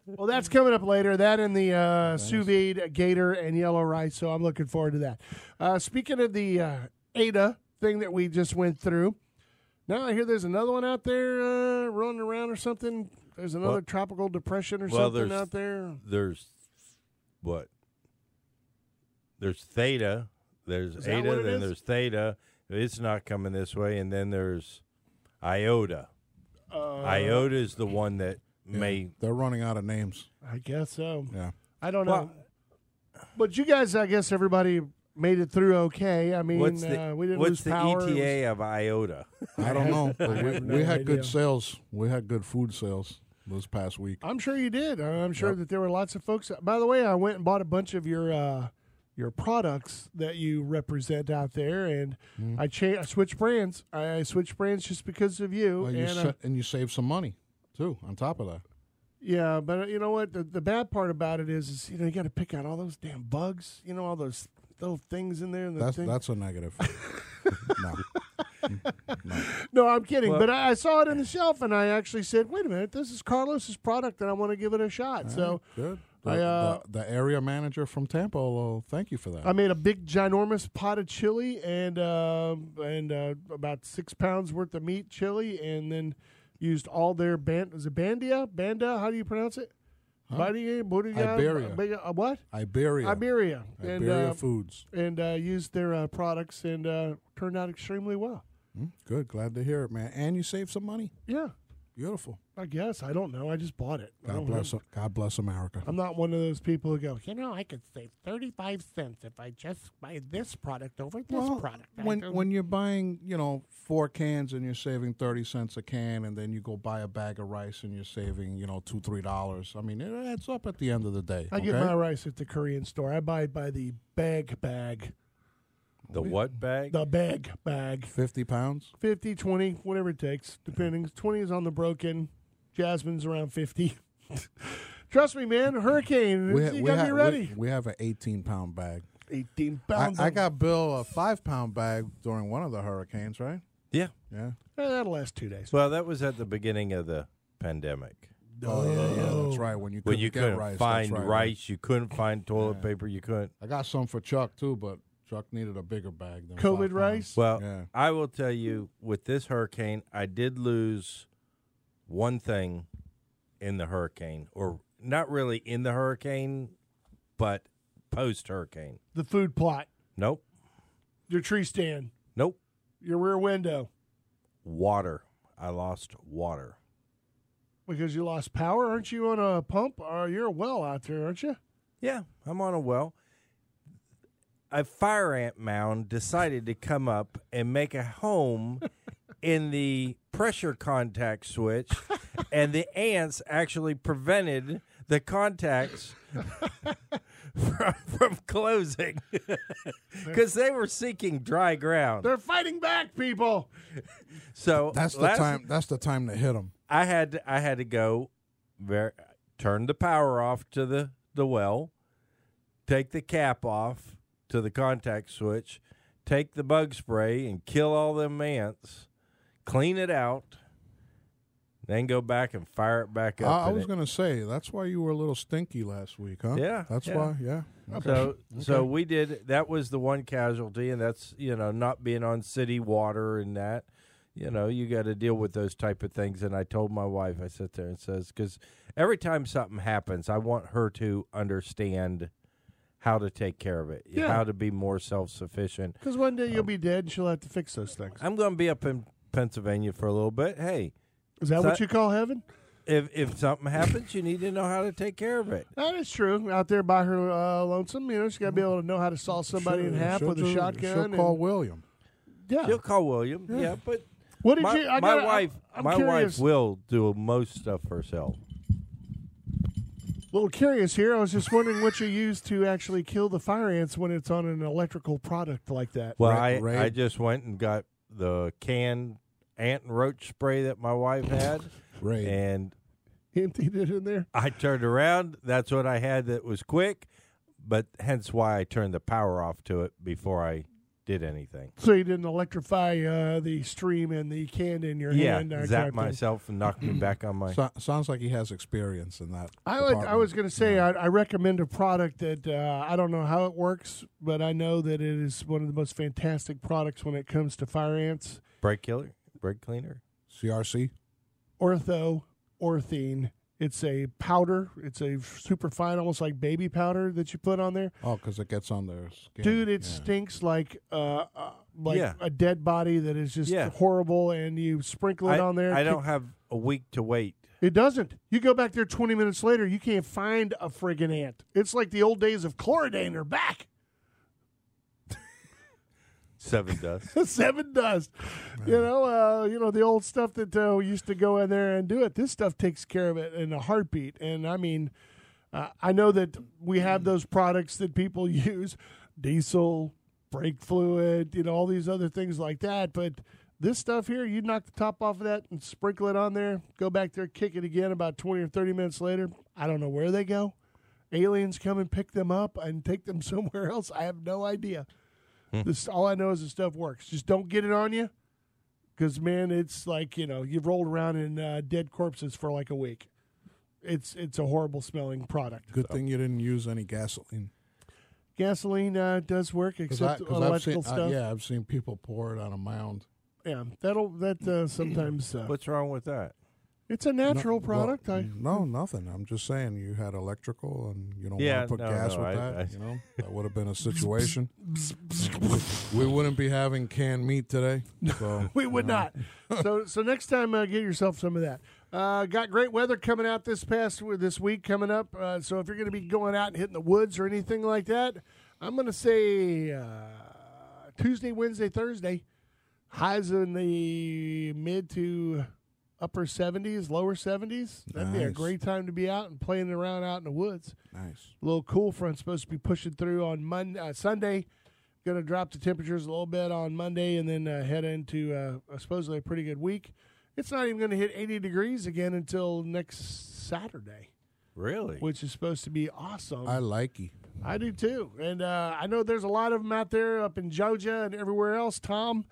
Speaker 1: Well, that's coming up later. That and the uh, sous vide gator and yellow rice. So I'm looking forward to that. Uh, speaking of the uh, Ada thing that we just went through, now I hear there's another one out there uh, running around or something. There's another
Speaker 3: Well-
Speaker 1: tropical depression or
Speaker 3: well,
Speaker 1: something
Speaker 3: there's-
Speaker 1: out there.
Speaker 3: There's what? There's theta. There's
Speaker 1: Is that what
Speaker 3: eta.
Speaker 1: it
Speaker 3: Then
Speaker 1: is?
Speaker 3: there's theta. It's not coming this way. And then there's iota.
Speaker 1: Uh,
Speaker 3: iota is the one that may.
Speaker 2: They're running out of names.
Speaker 1: I guess so.
Speaker 2: Yeah.
Speaker 1: I don't know.
Speaker 3: Well-
Speaker 1: but you guys, I guess everybody made it through okay. I mean,
Speaker 3: What's the
Speaker 1: uh, we didn't lose
Speaker 3: What's the
Speaker 1: power. It was-
Speaker 3: ETA of iota?
Speaker 2: I don't know.
Speaker 1: I
Speaker 2: But we,
Speaker 1: have
Speaker 2: we
Speaker 1: no
Speaker 2: had
Speaker 1: idea.
Speaker 2: good sales. We had good food sales this past week.
Speaker 1: I'm sure you did. I'm sure that there were lots of folks. By the way, I went and bought a bunch of your uh, your products that you represent out there, and
Speaker 2: Hmm.
Speaker 1: I cha- I switched brands. I, I switched brands just because of you.
Speaker 2: Well, you
Speaker 1: and
Speaker 2: sa-
Speaker 1: uh,
Speaker 2: and you saved some money too on top of that.
Speaker 1: yeah, but uh, you know what? The, the bad part about it is, is you know you got to pick out all those damn bugs. You know all those little things in there. And the
Speaker 2: That's
Speaker 1: thing.
Speaker 2: that's a negative. no.
Speaker 1: no, I'm kidding.
Speaker 3: Well-
Speaker 1: but I, I saw it in the shelf, and I actually said, "Wait a minute, this is Carlos's product, and I want to give it a shot." so
Speaker 2: Good. The,
Speaker 1: I, uh,
Speaker 2: the, the area manager from Tampa will thank you for that.
Speaker 1: I made a big, ginormous pot of chili and um and uh, about six pounds worth of meat chili, and then used all their band. Is it bandia? Banda? How do you pronounce it? Bandia, Budia,
Speaker 2: Iberia.
Speaker 1: Bega- uh, what?
Speaker 2: Iberia.
Speaker 1: Iberia. And,
Speaker 2: Iberia
Speaker 1: uh,
Speaker 2: Foods.
Speaker 1: and uh, used their uh, products and uh, turned out extremely well.
Speaker 2: Mm, Good. Glad to hear it, man. And you saved some money.
Speaker 1: Yeah,
Speaker 2: Beautiful.
Speaker 1: I guess I don't know. I just bought it. I
Speaker 2: God
Speaker 1: don't
Speaker 2: bless.
Speaker 1: know.
Speaker 2: God bless America.
Speaker 1: I'm not one of those people who go.
Speaker 4: You know, I could save 35 cents if I just buy this product over this product. I
Speaker 2: When
Speaker 4: don't-
Speaker 2: when you're buying, you know, four cans and you're saving thirty cents a can, and then you go buy a bag of rice and you're saving, you know, two three dollars. I mean, it adds up at the end of the day.
Speaker 1: I get my rice at the Korean store. I buy it by the bag bag,
Speaker 3: The what bag?
Speaker 1: the bag bag.
Speaker 2: fifty pounds.
Speaker 1: 50, 20, whatever it takes, depending. 20 is on the broken. Jasmine's around 50. Trust me, man. Hurricane. you got to
Speaker 2: ha-
Speaker 1: be ready.
Speaker 2: We, we have an eighteen pound bag.
Speaker 1: 18
Speaker 2: I,
Speaker 1: pounds.
Speaker 2: I
Speaker 1: of-
Speaker 2: got Bill a five pound bag during one of the hurricanes, right?
Speaker 3: Yeah.
Speaker 2: Yeah.
Speaker 1: Eh, that'll last two days.
Speaker 3: Well, that was at the beginning of the pandemic.
Speaker 2: Oh yeah, yeah, that's right. When you
Speaker 3: When
Speaker 2: couldn't
Speaker 3: you
Speaker 2: get
Speaker 3: couldn't
Speaker 2: rice, that's
Speaker 3: find
Speaker 2: right.
Speaker 3: rice, you couldn't find toilet paper, you couldn't.
Speaker 2: I got some for Chuck too, but Chuck needed a bigger bag than five
Speaker 1: COVID
Speaker 2: pounds.
Speaker 1: rice.
Speaker 3: Well,
Speaker 2: Yeah.
Speaker 3: I will tell you with this hurricane, I did lose one thing in the hurricane, or not really in the hurricane, but post hurricane.
Speaker 1: The food plot,
Speaker 3: Nope.
Speaker 1: your tree stand,
Speaker 3: Nope.
Speaker 1: your rear window,
Speaker 3: Water. I lost water.
Speaker 1: because you lost power. Aren't you on a pump? Or you're a well out there, aren't you?
Speaker 3: Yeah, I'm on a well. A fire ant mound decided to come up and make a home in the pressure contact switch, and the ants actually prevented the contacts from, from closing because they were seeking dry ground.
Speaker 1: They're fighting back, people.
Speaker 3: So
Speaker 2: That's the
Speaker 3: last-
Speaker 2: time. That's the time to hit them.
Speaker 3: I had I had to go ver turn the power off to the the well, take the cap off to the contact switch, take the bug spray and kill all them ants, clean it out, then go back and fire it back up.
Speaker 2: I, I
Speaker 3: and
Speaker 2: was
Speaker 3: it-
Speaker 2: going to say that's why you were a little stinky last week, huh?
Speaker 3: Yeah,
Speaker 2: that's
Speaker 3: yeah.
Speaker 2: why. Yeah.
Speaker 3: So so we did that was the one casualty and that's you know not being on city water and that you know you got to deal with those type of things and I told my wife I sit there and says cuz every time something happens I want her to understand how to take care of it
Speaker 1: Yeah.
Speaker 3: how to be more self-sufficient
Speaker 1: Because one day you'll be dead and she'll have to fix those things.
Speaker 3: I'm going to be up in Pennsylvania for a little bit hey
Speaker 1: Is that what
Speaker 3: that-
Speaker 1: you call heaven?
Speaker 3: if if something happens you need to know how to take care of it
Speaker 1: That is true. Out there by her uh, lonesome, you know, she's got to be able to know how to saw somebody in
Speaker 2: She'll-
Speaker 1: half
Speaker 2: she'll
Speaker 1: with a
Speaker 2: do-
Speaker 1: shotgun.
Speaker 2: She'll
Speaker 1: and-
Speaker 2: call William.
Speaker 1: yeah.
Speaker 3: you'll call William yeah but
Speaker 1: What did
Speaker 3: my,
Speaker 1: you? I
Speaker 3: my
Speaker 1: gotta-
Speaker 3: wife,
Speaker 1: I'm, I'm
Speaker 3: my
Speaker 1: curious,
Speaker 3: wife will do most stuff herself.
Speaker 1: little curious here. I was just wondering what you use to actually kill the fire ants when it's on an electrical product like that.
Speaker 3: Well,
Speaker 2: Ra-
Speaker 3: I,
Speaker 2: ra-
Speaker 3: I just went and got the canned ant and roach spray that my wife had,
Speaker 2: Ray.
Speaker 3: and
Speaker 1: Emptied it in there.
Speaker 3: I turned around. That's what I had that was quick, but hence why I turned the power off to it before I did anything.
Speaker 1: So you didn't electrify uh, the stream and the can in your
Speaker 3: Yeah,
Speaker 1: hand. uh, kind
Speaker 3: zapped
Speaker 1: of thing.
Speaker 3: myself and knocked me back on my.
Speaker 2: So, sounds like he has experience in that.
Speaker 1: I would, I
Speaker 2: department.
Speaker 1: was going to say uh, I, I recommend a product that uh, I don't know how it works, but I know that it is one of the most fantastic products when it comes to fire ants.
Speaker 3: brake killer, brake cleaner.
Speaker 2: CRC.
Speaker 1: ortho orthine. It's a powder. It's a super fine, almost like baby powder that you put on there.
Speaker 2: Oh, because it gets on their skin.
Speaker 1: Dude, it
Speaker 2: Yeah.
Speaker 1: stinks like uh, uh like
Speaker 3: Yeah.
Speaker 1: a dead body that is just
Speaker 3: Yeah.
Speaker 1: horrible. And you sprinkle it
Speaker 3: I,
Speaker 1: on there.
Speaker 3: I don't have a week to wait.
Speaker 1: It doesn't. You go back there twenty minutes later, you can't find a friggin' ant. It's like the old days of chloridane are back.
Speaker 3: Seven dust.
Speaker 1: Seven dust. You know, uh, you know the old stuff that uh, used to go in there and do it. This stuff takes care of it in a heartbeat. And I mean, uh, I know that we have those products that people use, diesel, brake fluid, you know, all these other things like that. But this stuff here, you knock the top off of that and sprinkle it on there. Go back there, kick it again about twenty or thirty minutes later. I don't know where they go. aliens come and pick them up and take them somewhere else. I have no idea.
Speaker 2: Hmm.
Speaker 1: This all I know is the stuff works. Just don't get it on you, because man, it's like you know you've rolled around in uh, dead corpses for like a week. It's it's a horrible smelling product.
Speaker 2: Good
Speaker 1: So.
Speaker 2: thing you didn't use any gasoline.
Speaker 1: Gasoline uh, does work, except
Speaker 2: I-
Speaker 1: on
Speaker 2: I've
Speaker 1: electrical
Speaker 2: seen, I-
Speaker 1: stuff. yeah.
Speaker 2: yeah, I've seen people pour it on a mound.
Speaker 1: that'll that uh, sometimes uh,
Speaker 3: What's wrong with that?
Speaker 1: it's a natural
Speaker 2: No, well,
Speaker 1: product. I
Speaker 2: no, nothing. I'm just saying you had electrical and you don't
Speaker 3: Yeah,
Speaker 2: want to put
Speaker 3: no,
Speaker 2: gas
Speaker 3: no,
Speaker 2: with
Speaker 3: I-
Speaker 2: that.
Speaker 3: I-
Speaker 2: you know, that would have been a situation. we wouldn't be having canned meat today. So
Speaker 1: we would not. so so next time, uh, get yourself some of that. Uh, got great weather coming out this past this week coming up. Uh, so if you're going to be going out and hitting the woods or anything like that, I'm going to say uh, Tuesday, Wednesday, Thursday. Highs in the mid to upper 70s, lower 70s. That'd be a
Speaker 2: Nice.
Speaker 1: great time to be out and playing around out in the woods.
Speaker 2: nice.
Speaker 1: A little cool front supposed to be pushing through on Monday, uh, Sunday. Going to drop the temperatures a little bit on Monday, and then uh, head into uh, a supposedly a pretty good week. It's not even going to hit 80 degrees again until next Saturday,
Speaker 3: Really?
Speaker 1: which is supposed to be awesome.
Speaker 2: I like you.
Speaker 1: I do too, and uh, I know there's a lot of them out there up in Georgia and everywhere else. Tom,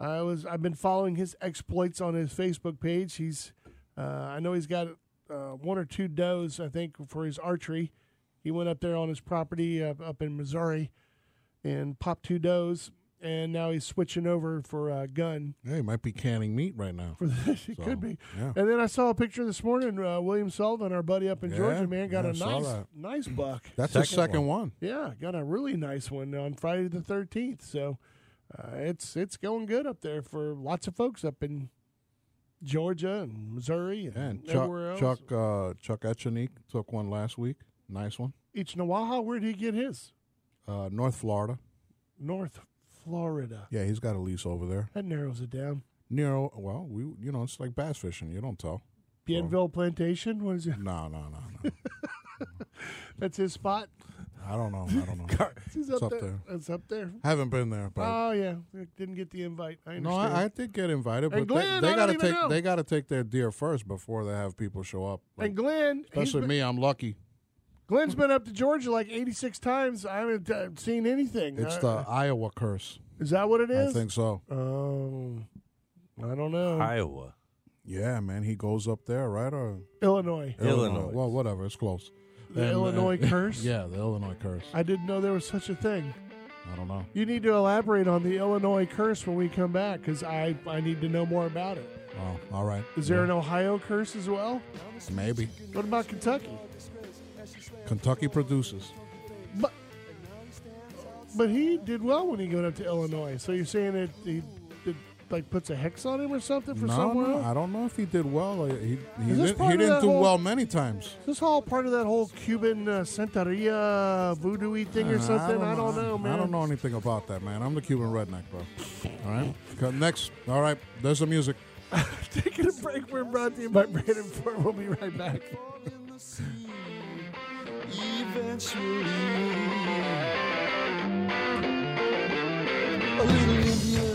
Speaker 1: I was I've been following his exploits on his Facebook page. He's uh, I know he's got uh, one or two does I think for his archery. He went up there on his property up, up in Missouri and popped two does, and now he's switching over for a gun.
Speaker 2: Yeah, you might be canning meat right now.
Speaker 1: For this, he
Speaker 2: So,
Speaker 1: could be.
Speaker 2: yeah.
Speaker 1: And then I saw a picture this morning. Uh, William Sullivan, our buddy up in
Speaker 2: Yeah,
Speaker 1: Georgia, man, got
Speaker 2: yeah,
Speaker 1: a
Speaker 2: I saw
Speaker 1: nice
Speaker 2: that.
Speaker 1: nice buck.
Speaker 2: That's the
Speaker 3: Second
Speaker 2: second one.
Speaker 1: Yeah, got a really nice one on Friday the thirteenth. So uh, it's it's going good up there for lots of folks up in Georgia and Missouri and,
Speaker 2: Yeah, and
Speaker 1: everywhere
Speaker 2: Chuck
Speaker 1: else.
Speaker 2: Chuck uh, Chuck Echenique took one last week. Nice one.
Speaker 1: Each Nawaha, where did he get his?
Speaker 2: Uh, North Florida.
Speaker 1: North Florida.
Speaker 2: Yeah, he's got a lease over there.
Speaker 1: That narrows it down.
Speaker 2: Nero. Well, we you know it's like bass fishing. You don't tell.
Speaker 1: Bienville Plantation. What is it?
Speaker 2: No, no, no, no.
Speaker 1: That's his spot.
Speaker 2: I don't know. I don't know.
Speaker 1: It's
Speaker 2: It's
Speaker 1: up,
Speaker 2: up
Speaker 1: there.
Speaker 2: there.
Speaker 1: It's up there.
Speaker 2: Haven't been there, but
Speaker 1: Oh yeah, I didn't get the invite. I
Speaker 2: no,
Speaker 1: understand.
Speaker 2: I, I did get invited.
Speaker 1: And
Speaker 2: But
Speaker 1: Glenn, I
Speaker 2: they, they
Speaker 1: don't
Speaker 2: gotta
Speaker 1: even
Speaker 2: take
Speaker 1: know.
Speaker 2: they gotta take their deer first before they have people show up. Like,
Speaker 1: and Glenn, he's
Speaker 2: especially
Speaker 1: been-
Speaker 2: me, I'm lucky.
Speaker 1: Glenn's been up to Georgia like eighty-six times. I haven't uh, seen anything.
Speaker 2: It's the
Speaker 1: Uh,
Speaker 2: Iowa curse.
Speaker 1: is that what it
Speaker 2: I
Speaker 1: is?
Speaker 2: think so.
Speaker 1: Oh, I don't know.
Speaker 3: Iowa.
Speaker 2: Yeah, man, he goes up there, right? Or
Speaker 1: Illinois.
Speaker 3: Illinois.
Speaker 2: Well, whatever. It's close.
Speaker 1: The
Speaker 2: And, uh,
Speaker 1: Illinois curse?
Speaker 2: Yeah, the Illinois curse.
Speaker 1: I didn't know there was such a thing.
Speaker 2: I don't know.
Speaker 1: You need to elaborate on the Illinois curse when we come back because I, I need to know more about it.
Speaker 2: Oh, all right.
Speaker 1: Is there an Ohio curse as well?
Speaker 2: Maybe
Speaker 1: What about Kentucky?
Speaker 2: Kentucky produces.
Speaker 1: But, but he did well when he got up to Illinois. So you're saying that he did, like puts a hex on him or something for
Speaker 2: no,
Speaker 1: someone?
Speaker 2: no,
Speaker 1: else?
Speaker 2: I don't know if he did well. He, he,
Speaker 1: Is this
Speaker 2: didn't-
Speaker 1: part of
Speaker 2: he
Speaker 1: that
Speaker 2: didn't do
Speaker 1: whole-
Speaker 2: well many times.
Speaker 1: Is this all part of that whole Cuban uh, Santeria voodoo thing or
Speaker 2: Uh,
Speaker 1: something? I don't, know, man.
Speaker 2: I don't know anything about that, man. I'm the Cuban redneck, bro. All right. Okay, Next. All right. There's the music.
Speaker 1: Taking a break. We're brought to you by Brandon Ford. We'll be right back.
Speaker 5: Eventually, a little Indian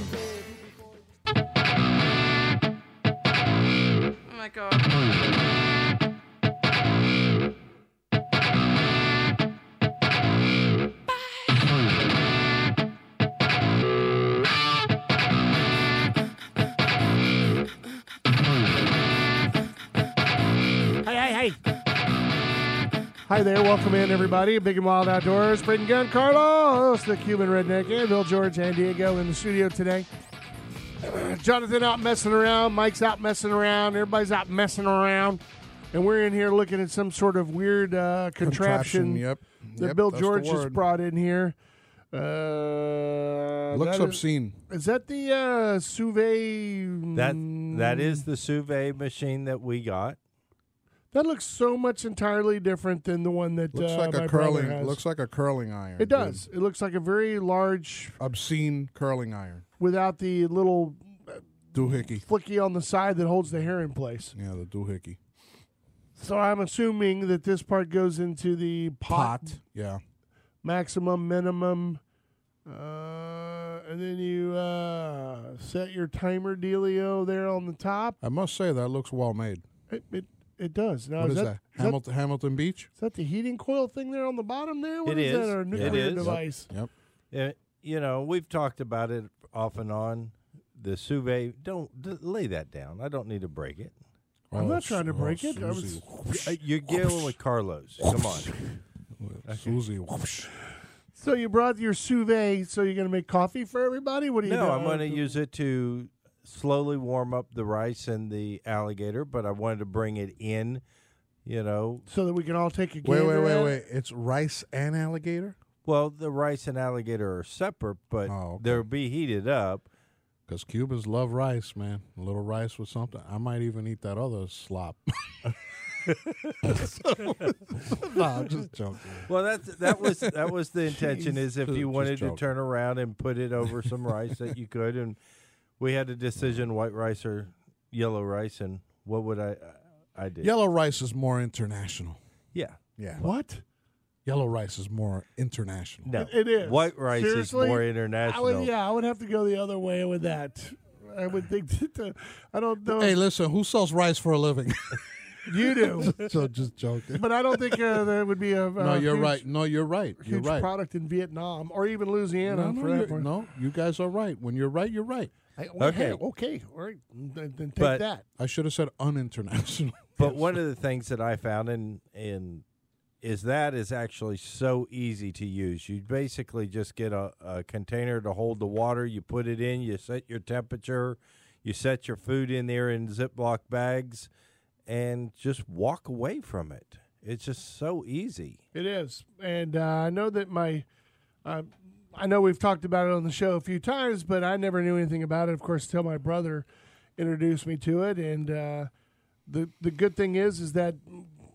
Speaker 5: baby.
Speaker 6: Oh my god.
Speaker 4: Hey, hey, hey.
Speaker 1: Hi there. Welcome in, everybody. Big and Wild Outdoors. Braden Gunn, Carlos, the Cuban Redneck, and Bill George and Diego in the studio today. Jonathan out messing around. Mike's out messing around. Everybody's out messing around. And we're in here looking at some sort of weird uh, contraption,
Speaker 2: Yep.
Speaker 1: that
Speaker 2: Yep,
Speaker 1: Bill
Speaker 2: that's the
Speaker 1: George has
Speaker 2: word.
Speaker 1: brought in here. Uh,
Speaker 2: Looks
Speaker 1: that is-
Speaker 2: obscene.
Speaker 1: Is, that the uh, Suve?
Speaker 3: That that is
Speaker 2: Mm.
Speaker 3: the Suve machine that we got.
Speaker 1: That looks so much entirely different than the one that
Speaker 2: Looks
Speaker 1: uh,
Speaker 2: like
Speaker 1: my
Speaker 2: a
Speaker 1: brother
Speaker 2: curling.
Speaker 1: has.
Speaker 2: Looks like a curling iron.
Speaker 1: it does. It looks like a very large,
Speaker 2: Dude. Obscene curling iron.
Speaker 1: without the little
Speaker 2: Doohickey.
Speaker 1: flicky on the side that holds the hair in place.
Speaker 2: Yeah, the doohickey.
Speaker 1: So I'm assuming that this part goes into the pot,
Speaker 2: Yeah.
Speaker 1: maximum, minimum, uh, and then you uh, set your timer dealio there on the top.
Speaker 2: I must say that looks well made.
Speaker 1: It, it It does. Now
Speaker 2: What is
Speaker 1: Uh, is,
Speaker 2: that?
Speaker 1: that, is that
Speaker 2: Hamilton, Hamilton Beach?
Speaker 1: is that the heating coil thing there on the bottom there? What
Speaker 3: It
Speaker 1: is
Speaker 3: is.
Speaker 1: that? Or a
Speaker 3: It
Speaker 1: nuclear
Speaker 3: is.
Speaker 1: device?
Speaker 2: Yep.
Speaker 3: Uh, you know, we've talked about it off and on. The Suve, don't d- lay that down. I don't need to break it.
Speaker 1: I'm
Speaker 2: Oh,
Speaker 1: not trying to
Speaker 2: Su-
Speaker 1: break
Speaker 2: oh,
Speaker 1: it. I was,
Speaker 2: Susie.
Speaker 3: Uh, you're dealing with Carlos. Come on.
Speaker 2: Susie. whoosh.
Speaker 1: so you brought your Suve. So you're going to make coffee for everybody? What do you?
Speaker 3: No,
Speaker 1: do?
Speaker 3: I'm going to use it to slowly warm up the rice and the alligator, but I wanted to bring it in. You know,
Speaker 1: so that we can all take a
Speaker 2: Wait,
Speaker 1: gander
Speaker 2: wait,
Speaker 1: at
Speaker 2: wait,
Speaker 1: it?
Speaker 2: wait. It's rice and alligator?
Speaker 3: well, the rice and alligator are separate, but
Speaker 2: Oh, okay.
Speaker 3: they'll be heated up.
Speaker 2: Because Cubans love rice, man. A little rice with something. I might even eat that other slop. no, I'm just joking.
Speaker 3: Well, that's that was that was the intention. Is if
Speaker 2: Just
Speaker 3: you wanted to
Speaker 2: joking.
Speaker 3: turn around and put it over some rice that you could, and we had a decision: white rice or yellow rice, and what would I? I did.
Speaker 2: Yellow rice is more international.
Speaker 3: Yeah.
Speaker 2: Yeah.
Speaker 1: What?
Speaker 2: Yellow rice is more international.
Speaker 3: No.
Speaker 1: It is.
Speaker 3: White rice
Speaker 1: Seriously?
Speaker 3: is more
Speaker 1: I
Speaker 3: international.
Speaker 1: would, yeah, I would have to go the other way with that. I would think that the, I don't know.
Speaker 2: Hey, listen, who sells rice for a living?
Speaker 1: you do,
Speaker 2: so just joking.
Speaker 1: but I don't think uh, there would be a,
Speaker 2: No,
Speaker 1: a
Speaker 2: you're
Speaker 1: huge,
Speaker 2: right. No, you're right. You're
Speaker 1: Huge
Speaker 2: right.
Speaker 1: product in Vietnam or even
Speaker 2: No,
Speaker 1: Louisiana.
Speaker 2: no,
Speaker 1: for that
Speaker 2: you're-
Speaker 1: matter.
Speaker 2: no, you guys are right. When you're right, you're right.
Speaker 1: I-
Speaker 3: Okay.
Speaker 1: hey, okay, all right. Then, then take
Speaker 3: But-
Speaker 1: that.
Speaker 2: I should have said uninternational.
Speaker 3: But one of the things that I found in in is that is actually so easy to use. You basically just get a, a container to hold the water. You put it in. You set your temperature. You set your food in there in Ziploc bags, and just walk away from it. It's just so easy.
Speaker 1: It is, and uh, I know that my, uh, I know we've talked about it on the show a few times, but I never knew anything about it. Of course, till my brother introduced me to it, and uh, the the good thing is is that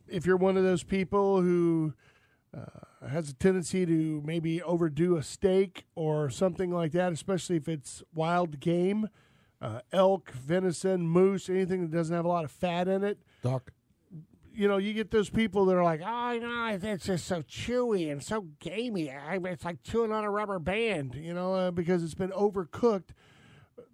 Speaker 1: if you're one of those people who uh, has a tendency to maybe overdo a steak or something like that, especially if it's wild game, uh, elk, venison, moose, anything that doesn't have a lot of fat in it,
Speaker 2: Doc,
Speaker 1: you know, you get those people that are like,
Speaker 4: Oh, no, it's just so chewy and so gamey. I mean, it's like chewing on a rubber band.
Speaker 1: hand, you know, uh, because it's been overcooked.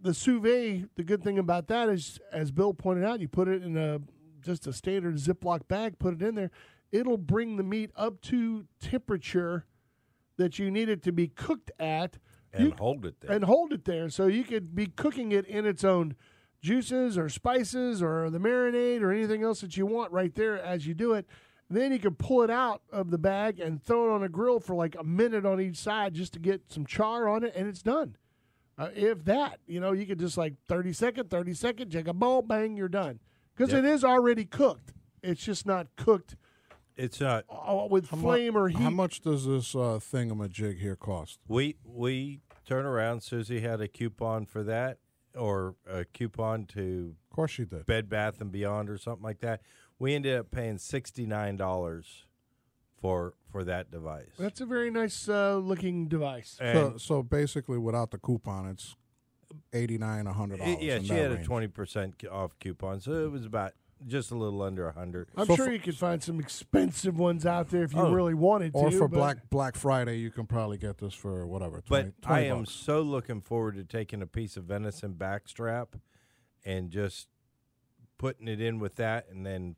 Speaker 1: The sous vide, the good thing about that is, as Bill pointed out, you put it in a just a standard Ziploc bag, put it in there, it'll bring the meat up to temperature that you need it to be cooked at.
Speaker 3: And
Speaker 1: You-
Speaker 3: hold it there.
Speaker 1: and hold it there. So you could be cooking it in its own juices or spices or the marinade or anything else that you want right there as you do it. Then you can pull it out of the bag and throw it on a grill for like a minute on each side just to get some char on it, and it's done. Uh, if that, you know, you could just like 30 second, 30 second, jig a ball, bang, you're done. Because
Speaker 3: Yep.
Speaker 1: it is already cooked. It's just not cooked
Speaker 3: it's not
Speaker 1: uh, with
Speaker 2: how mu-
Speaker 1: flame or heat.
Speaker 2: How much does this uh, thingamajig here cost?
Speaker 3: We we turn around. Susie had a coupon for that, or a coupon to
Speaker 2: Of course she did.
Speaker 3: Bed Bath and Beyond or something like that. We ended up paying sixty nine dollars for for that device.
Speaker 1: That's a very nice uh, looking device.
Speaker 2: So,
Speaker 3: and
Speaker 2: so basically, without the coupon, it's eighty nine, a hundred dollars.
Speaker 3: it- yeah,
Speaker 2: in
Speaker 3: she
Speaker 2: that
Speaker 3: had a
Speaker 2: range.
Speaker 3: twenty percent off coupon, so it was about just a little under a hundred.
Speaker 1: I'm
Speaker 2: So
Speaker 1: sure
Speaker 2: for-
Speaker 1: you could find some expensive ones out there if you
Speaker 3: Oh.
Speaker 1: really wanted to.
Speaker 2: Or for
Speaker 1: but-
Speaker 2: Black Black Friday, you can probably get this for whatever. 20,
Speaker 3: But I
Speaker 2: 20
Speaker 3: am
Speaker 2: bucks.
Speaker 3: so looking forward to taking a piece of venison backstrap and just putting it in with that, and then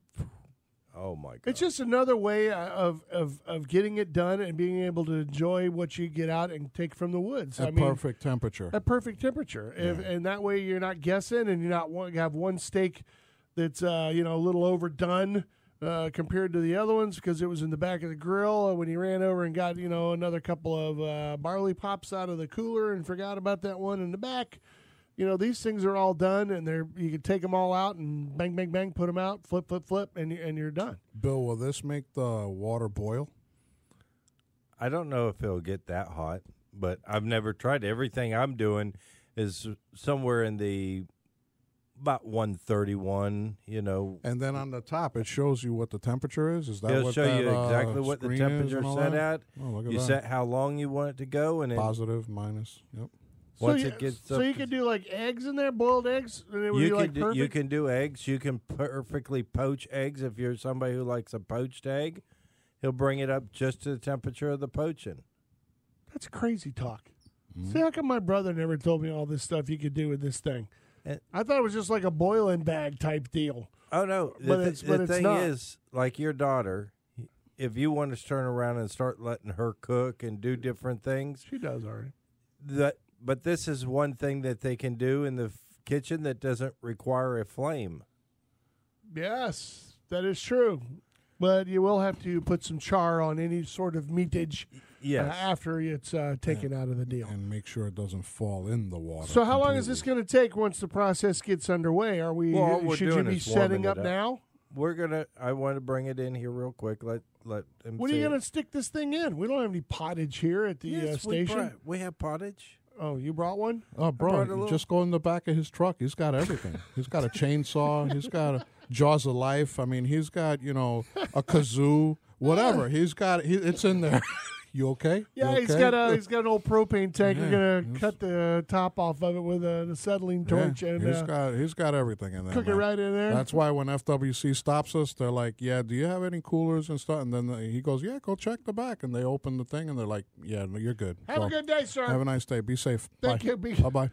Speaker 3: oh my god,
Speaker 1: It's just another way uh, of, of of getting it done and being able to enjoy what you get out and take from the woods.
Speaker 2: at
Speaker 1: I mean,
Speaker 2: perfect temperature.
Speaker 1: at perfect temperature, if, and that way you're not guessing and you're not one, have one steak that's uh, you know a little overdone. Uh, compared to the other ones, because it was in the back of the grill uh, when he ran over and got you know another couple of uh, barley pops out of the cooler and forgot about that one in the back. you know these things are all done and they're you can take them all out and bang bang bang put them out flip flip flip and you- and you're done
Speaker 2: Bill, will this make the water boil?
Speaker 3: I don't know if it'll get that hot, but I've never tried. it. Everything I'm doing is somewhere in the about 131, you know.
Speaker 2: And then on the top, it shows you what the temperature is. Is that
Speaker 3: It'll
Speaker 2: what
Speaker 3: show
Speaker 2: that,
Speaker 3: you
Speaker 2: uh,
Speaker 3: exactly what the
Speaker 2: screen is
Speaker 3: temperature
Speaker 2: and all
Speaker 3: set
Speaker 2: that?
Speaker 3: at.
Speaker 2: Oh, look at
Speaker 3: You
Speaker 2: that.
Speaker 3: set how long you want it to go, and then
Speaker 2: Positive, minus. Yep.
Speaker 3: once
Speaker 1: so you,
Speaker 3: it gets
Speaker 1: so
Speaker 3: up
Speaker 1: you
Speaker 3: to-
Speaker 1: could do like eggs in there boiled eggs and it would
Speaker 3: you
Speaker 1: be
Speaker 3: can
Speaker 1: like
Speaker 3: do,
Speaker 1: perfect
Speaker 3: you can do eggs. You can perfectly poach eggs if you're somebody who likes a poached egg. He'll bring it up just to the temperature of the poaching.
Speaker 1: that's crazy talk see how come my brother never told me all this stuff you could do with this thing
Speaker 3: It-
Speaker 1: i thought it was just like a boiling bag type deal
Speaker 3: Oh no! The,
Speaker 1: But
Speaker 3: thi-
Speaker 1: it's- but
Speaker 3: the
Speaker 1: it's
Speaker 3: thing
Speaker 1: not.
Speaker 3: is, like your daughter, if you want to turn around and start letting her cook and do different things,
Speaker 1: She does already.
Speaker 3: that but this is one thing that they can do in the f- kitchen that doesn't require a flame.
Speaker 1: Yes, that is true. But you will have to put some char on any sort of meatage uh,
Speaker 3: Yes.
Speaker 1: after it's uh, taken out of the deal.
Speaker 2: and make sure it doesn't fall in the water.
Speaker 1: So how long is this going to take once the process gets underway? Are we?
Speaker 3: Well, all we're
Speaker 1: should you
Speaker 3: doing
Speaker 1: be
Speaker 3: is warming
Speaker 1: setting
Speaker 3: it
Speaker 1: up,
Speaker 3: up.
Speaker 1: now?
Speaker 3: We're gonna. I want to bring it in here real quick. Let let. Him
Speaker 1: What are
Speaker 3: see
Speaker 1: you
Speaker 3: it.
Speaker 1: going to stick this thing in? We don't have any pottage here at the uh,
Speaker 3: Yes, we,
Speaker 1: station.
Speaker 3: brought- we have pottage.
Speaker 1: Oh, you brought one?
Speaker 2: Oh, bro,
Speaker 3: brought a
Speaker 2: you
Speaker 3: little-
Speaker 2: just go in the back of his truck. He's got everything. he's got a chainsaw. He's got a jaws of life. I mean, he's got you know a kazoo, whatever. He's got he, it's in there. you okay?
Speaker 1: Yeah,
Speaker 2: You
Speaker 1: he's
Speaker 2: okay?
Speaker 1: got a he's got an old propane tank. We're
Speaker 2: Yeah,
Speaker 1: gonna cut the top off of it with an acetylene
Speaker 2: Yeah,
Speaker 1: torch and
Speaker 2: he's
Speaker 1: uh,
Speaker 2: got he's got everything in there.
Speaker 1: cook it
Speaker 2: man.
Speaker 1: right in there.
Speaker 2: That's why when FWC stops us, they're like, "Yeah, do you have any coolers and stuff?" And then they- he goes, "Yeah, go check the back." And they open the thing, and they're like, "Yeah, no, you're good.
Speaker 1: have a
Speaker 2: Go.
Speaker 1: good day, sir.
Speaker 2: Have a nice day. Be safe.
Speaker 1: Thank
Speaker 2: Bye.
Speaker 1: you. Be-
Speaker 2: Bye bye.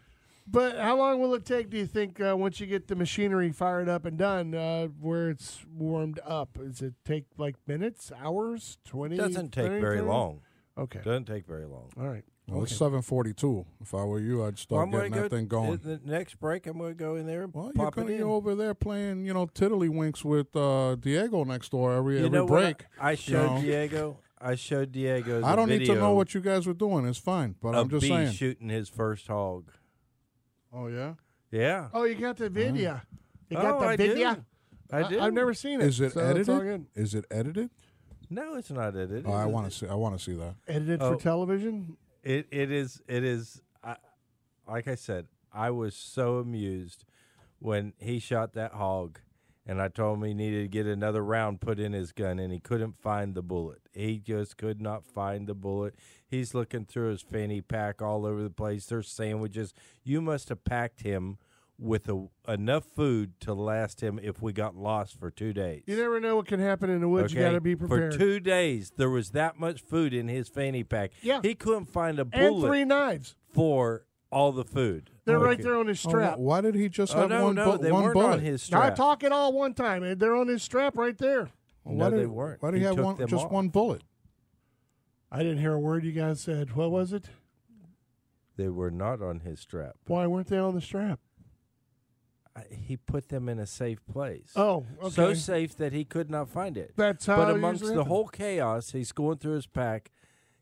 Speaker 1: But how long will it take? Do you think uh, once you get the machinery fired up and done, uh, where it's warmed up? Does it take like minutes, hours, twenty?
Speaker 3: It doesn't take
Speaker 1: 30,
Speaker 3: very
Speaker 1: 30?
Speaker 3: long.
Speaker 1: Okay.
Speaker 3: Doesn't take very long.
Speaker 1: All right.
Speaker 2: Well, it's seven forty-two. If I were you, I'd start
Speaker 3: gonna
Speaker 2: getting that thing going.
Speaker 3: The the next break, I'm going to go in there and
Speaker 2: Well, you're
Speaker 3: pop it
Speaker 2: gonna
Speaker 3: in.
Speaker 2: be over there playing, you know, tiddlywinks with uh, Diego next door every
Speaker 3: You
Speaker 2: every
Speaker 3: know what?
Speaker 2: break.
Speaker 3: I, I showed
Speaker 2: know.
Speaker 3: Diego. I showed Diego. The
Speaker 2: I don't need to know
Speaker 3: video
Speaker 2: what you guys were doing. It's fine, but
Speaker 3: of
Speaker 2: I'm just
Speaker 3: Bee
Speaker 2: saying.
Speaker 3: shooting his first hog.
Speaker 2: Oh yeah,
Speaker 3: Yeah.
Speaker 1: Oh, you got the video. You got
Speaker 3: Oh,
Speaker 1: the
Speaker 3: I do.
Speaker 1: video.
Speaker 3: I did.
Speaker 1: have never seen it.
Speaker 2: is it
Speaker 1: so It's all
Speaker 2: edited?
Speaker 1: good.
Speaker 2: Is it edited?
Speaker 3: No, it's not edited.
Speaker 2: Oh, I want to see. I want to see that.
Speaker 1: Edited
Speaker 3: Oh.
Speaker 1: for television?
Speaker 3: It it is it is. I, like I said, I was so amused when he shot that hog, and I told him he needed to get another round put in his gun, and he couldn't find the bullet. He just could not find the bullet. He's looking through his fanny pack all over the place. There's sandwiches. You must have packed him with a, enough food to last him if we got lost for two days.
Speaker 1: You never know what can happen in the woods. You
Speaker 3: Okay?
Speaker 1: got to be prepared.
Speaker 3: For two days, there was that much food in his fanny pack.
Speaker 1: Yeah.
Speaker 3: He couldn't find a
Speaker 1: and
Speaker 3: bullet
Speaker 1: three knives.
Speaker 3: for all the food.
Speaker 1: They're right
Speaker 3: Okay.
Speaker 1: there on his
Speaker 2: Oh,
Speaker 1: strap.
Speaker 2: wh- why did he just
Speaker 3: Oh
Speaker 2: have
Speaker 3: no,
Speaker 2: one,
Speaker 3: no,
Speaker 2: bu-
Speaker 3: they
Speaker 2: one
Speaker 3: weren't
Speaker 2: bullet?
Speaker 3: on his
Speaker 1: I
Speaker 3: strap.
Speaker 1: talk it all one time. They're on his strap right there.
Speaker 2: Why
Speaker 3: No,
Speaker 2: did,
Speaker 3: they weren't.
Speaker 2: Why did he,
Speaker 3: He
Speaker 2: have
Speaker 3: took
Speaker 2: one,
Speaker 3: them
Speaker 2: just
Speaker 3: off.
Speaker 2: one bullet?
Speaker 1: I didn't hear a word you guys said. What was it?
Speaker 3: They were not on his strap.
Speaker 1: Why weren't they on the strap?
Speaker 3: I- He put them in a safe place.
Speaker 1: Oh, okay.
Speaker 3: so safe that he could not find it.
Speaker 1: That's how.
Speaker 3: but
Speaker 1: it
Speaker 3: amongst
Speaker 1: usually
Speaker 3: the
Speaker 1: happens.
Speaker 3: whole chaos, he's going through his pack.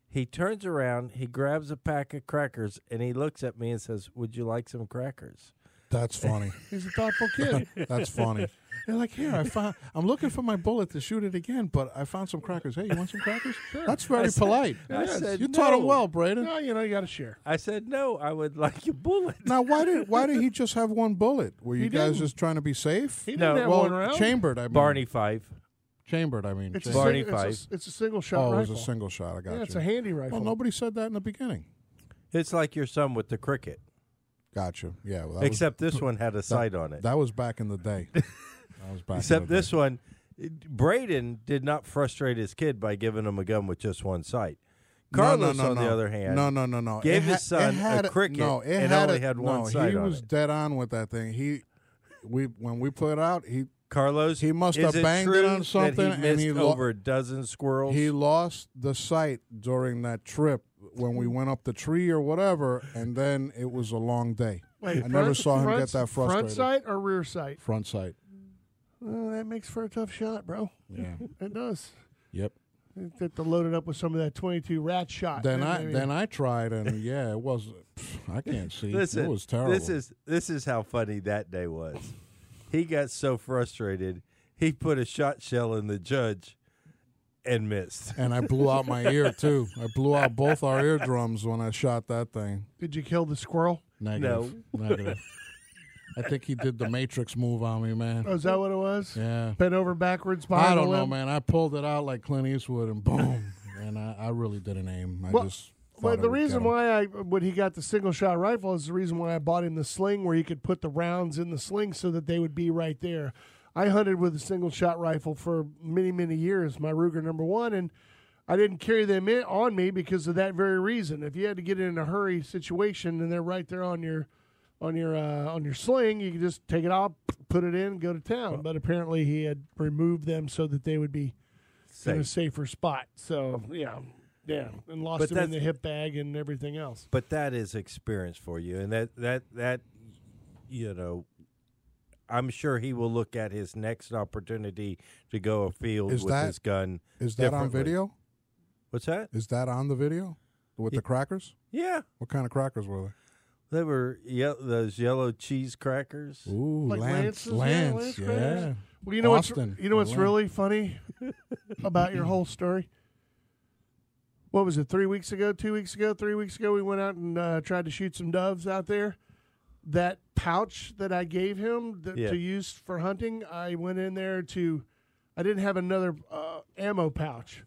Speaker 3: He turns around, he grabs a pack of crackers, and he looks at me and says, "Would you like some crackers?"
Speaker 2: That's funny.
Speaker 1: he's a thoughtful kid.
Speaker 2: That's funny. They're like, here, I found. I'm looking for my bullet to shoot it again, but I found some crackers. Hey, you want some crackers? That's very polite.
Speaker 3: I said
Speaker 2: you taught him
Speaker 3: no.
Speaker 2: well, Braden.
Speaker 1: no, you know you got to share.
Speaker 3: I said, "No, I would like a bullet."
Speaker 2: Now, why did why did he just have one bullet? Were you
Speaker 1: He
Speaker 2: guys
Speaker 1: didn't.
Speaker 2: just trying to be safe?
Speaker 1: He didn't
Speaker 3: No,
Speaker 1: have
Speaker 2: well,
Speaker 1: one round.
Speaker 2: chambered. I mean,
Speaker 3: Barney Fife.
Speaker 2: chambered. I mean,
Speaker 1: It's a,
Speaker 2: chambered.
Speaker 3: Barney
Speaker 1: sing- it's,
Speaker 3: five.
Speaker 1: a, it's a single shot
Speaker 2: oh, it was
Speaker 1: rifle.
Speaker 2: a single shot. I got
Speaker 1: yeah,
Speaker 2: you.
Speaker 1: it's a handy rifle.
Speaker 2: well, nobody said that in the beginning.
Speaker 3: It's like your son with the cricket,
Speaker 2: Gotcha. Yeah. Well, that
Speaker 3: except this one had a sight on
Speaker 2: was,
Speaker 3: it.
Speaker 2: that was back in the day. that was back.
Speaker 3: Except
Speaker 2: in the
Speaker 3: this
Speaker 2: Day.
Speaker 3: one, Braden did not frustrate his kid by giving him a gun with just one sight. Carlos,
Speaker 2: no, no, no,
Speaker 3: on
Speaker 2: no.
Speaker 3: the other hand,
Speaker 2: no, no, no, no,
Speaker 3: gave his
Speaker 2: It ha- it
Speaker 3: son a
Speaker 2: had
Speaker 3: cricket
Speaker 2: no, it
Speaker 3: and
Speaker 2: had
Speaker 3: only
Speaker 2: a-
Speaker 3: had one
Speaker 2: no,
Speaker 3: sight
Speaker 2: He
Speaker 3: on
Speaker 2: was
Speaker 3: it.
Speaker 2: dead on with that thing. He, we when we put it out, he
Speaker 3: Carlos,
Speaker 2: He must
Speaker 3: is
Speaker 2: have banged it
Speaker 3: true
Speaker 2: on something
Speaker 3: that
Speaker 2: and
Speaker 3: he missed
Speaker 2: he lo-
Speaker 3: over a dozen squirrels.
Speaker 2: He lost the sight during that trip when we went up the tree or whatever, and then it was a long day. I
Speaker 1: Wait,
Speaker 2: never
Speaker 1: front-
Speaker 2: saw him
Speaker 1: front-
Speaker 2: get that
Speaker 1: Front
Speaker 2: frustrated.
Speaker 1: sight or rear sight?
Speaker 2: Front sight.
Speaker 1: Uh, that makes for a tough shot, bro.
Speaker 2: Yeah.
Speaker 1: It does.
Speaker 2: Yep.
Speaker 1: You have to load it up with some of that 22 rat shot.
Speaker 2: Then I
Speaker 1: maybe-
Speaker 2: then I tried, and yeah, it was. pff, I can't see.
Speaker 3: Listen,
Speaker 2: it was terrible.
Speaker 3: This is this is how funny that day was. He got so frustrated, he put a shot shell in the judge and missed.
Speaker 2: and I blew out my ear too. I blew out both our eardrums when I shot that thing.
Speaker 1: Did you kill the squirrel?
Speaker 2: Negative. Negative. I think he did the Matrix move on me, man.
Speaker 1: Oh, is that what it was?
Speaker 2: Yeah.
Speaker 1: Bent over backwards. behind
Speaker 2: I
Speaker 1: the
Speaker 2: don't know,
Speaker 1: limb?
Speaker 2: man. I pulled it out like Clint Eastwood, and boom. and I, I really didn't aim. I
Speaker 1: Well,
Speaker 2: just.
Speaker 1: Well,
Speaker 2: thought
Speaker 1: the
Speaker 2: it would get
Speaker 1: reason
Speaker 2: him.
Speaker 1: why I when he got the single shot rifle is the reason why I bought him the sling where he could put the rounds in the sling so that they would be right there. I hunted with a single shot rifle for many many years, my Ruger number one, and I didn't carry them in, on me because of that very reason. If you had to get in a hurry situation and they're right there on your on your uh, on your sling, you can just take it off, put it in, go to town. But apparently, he had removed them so that they would be in a
Speaker 3: Safe.
Speaker 1: safer spot. So yeah, yeah, and lost
Speaker 3: But
Speaker 1: them in the
Speaker 3: that's-
Speaker 1: hip bag and everything else.
Speaker 3: but that is experience for you and that that that you know i'm sure he will look at his next opportunity to go afield
Speaker 2: Is
Speaker 3: with
Speaker 2: that-
Speaker 3: his gun
Speaker 2: Is that on
Speaker 3: differently.
Speaker 2: video?
Speaker 3: what's that
Speaker 2: Is that on the video with
Speaker 3: Yeah.
Speaker 2: the crackers?
Speaker 3: yeah
Speaker 2: What kind of crackers were
Speaker 3: they were ye- those yellow cheese crackers
Speaker 2: they? Ooh,
Speaker 1: Like Lance's,
Speaker 2: Lance,
Speaker 1: yeah,
Speaker 2: Lance,
Speaker 1: Lance
Speaker 2: yeah.
Speaker 1: crackers? Well, you know what's
Speaker 2: Austin,
Speaker 1: you know what's
Speaker 2: Atlanta.
Speaker 1: really funny about your whole story. What was it? Three weeks ago, two weeks ago, three weeks ago, we went out and uh, tried to shoot some doves out there. That pouch that I gave him th-
Speaker 3: Yeah.
Speaker 1: to use for hunting, I went in there to. I didn't have another uh, ammo pouch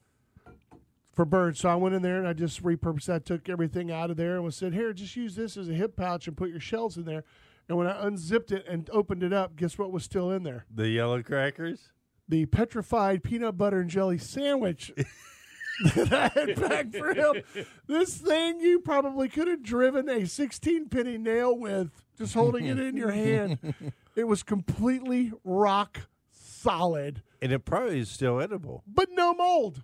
Speaker 1: for birds, so I went in there and I just repurposed. I took everything out of there and was said, "Here, just use this as a hip pouch and put your shells in there." And when I unzipped it and opened it up, guess what was still in there?
Speaker 3: the yellow crackers
Speaker 1: the petrified peanut butter and jelly sandwich that I had packed for him. This thing you probably could have driven a 16 penny nail with, just holding it in your hand. It was completely rock solid,
Speaker 3: and it probably is still edible
Speaker 1: but no mold.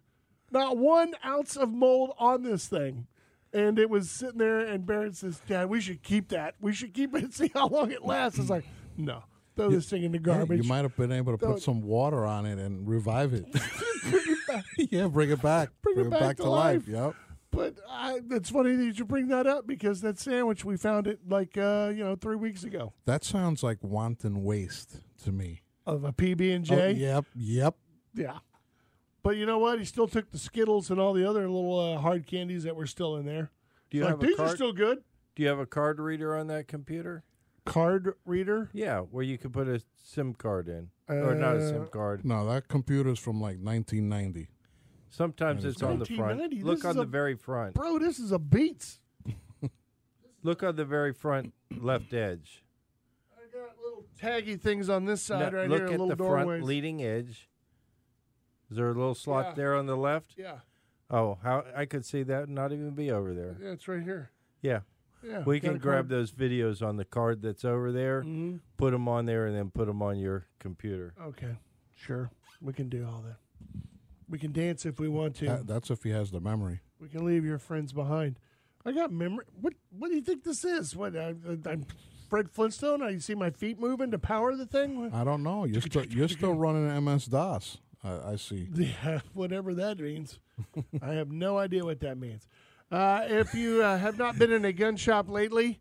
Speaker 1: Not one ounce of mold on this thing. And it was sitting there, and Barrett says, Dad, we should keep that. We should keep it and see how long it lasts. It's like, no, throw this thing in the
Speaker 2: Yeah,
Speaker 1: garbage.
Speaker 2: You might have been able to
Speaker 1: Don't-
Speaker 2: put some water on it and revive it. yeah, bring it back.
Speaker 1: Bring it back to life.
Speaker 2: Yep.
Speaker 1: But I, it's funny that you bring that up because that sandwich we found it like uh, you know three weeks ago
Speaker 2: That sounds like wanton waste to me.
Speaker 1: of a PB and
Speaker 2: Oh,
Speaker 1: J.
Speaker 2: yep. Yep.
Speaker 1: Yeah. But you know what? He still took the Skittles and all the other little uh, hard candies that were still in there.
Speaker 3: do you
Speaker 1: Like,
Speaker 3: have a
Speaker 1: these are
Speaker 3: card
Speaker 1: still good.
Speaker 3: do you have a card reader on that computer
Speaker 1: Card reader.
Speaker 3: yeah where you could put a sim card in or not a sim
Speaker 1: Uh,
Speaker 3: card
Speaker 2: No, that computer's from like 1990.
Speaker 3: sometimes it's on the front
Speaker 1: 1990,
Speaker 3: look
Speaker 1: this
Speaker 3: on
Speaker 1: is
Speaker 3: the
Speaker 1: a-
Speaker 3: very front
Speaker 1: Bro, this is a Beats.
Speaker 3: look on the very front left edge
Speaker 1: I got little taggy things on this side
Speaker 3: No,
Speaker 1: right
Speaker 3: look
Speaker 1: here,
Speaker 3: at
Speaker 1: little
Speaker 3: the
Speaker 1: doorways.
Speaker 3: front leading edge. Is there a little slot
Speaker 1: Yeah.
Speaker 3: there on the left?
Speaker 1: yeah,
Speaker 3: Oh, how I could see that and not even be over there.
Speaker 1: yeah, it's right here.
Speaker 3: Yeah,
Speaker 1: Yeah,
Speaker 3: we can grab those videos on the card that's over there,
Speaker 1: Mhm.
Speaker 3: put them on there, and then put them on your computer.
Speaker 1: Okay, sure, we can do all that. We can dance if we want to.
Speaker 3: Uh,
Speaker 2: That, that's if he has the memory.
Speaker 1: We can leave your friends behind. I got memory. What What do you think this is? What I, I, I'm Fred Flintstone? I see my feet moving to power the thing.
Speaker 2: I don't know. You're still you're still running MS DOS. I, I see.
Speaker 1: Yeah, whatever that means. I have no idea what that means. Uh, if you uh, have not been in a gun shop lately,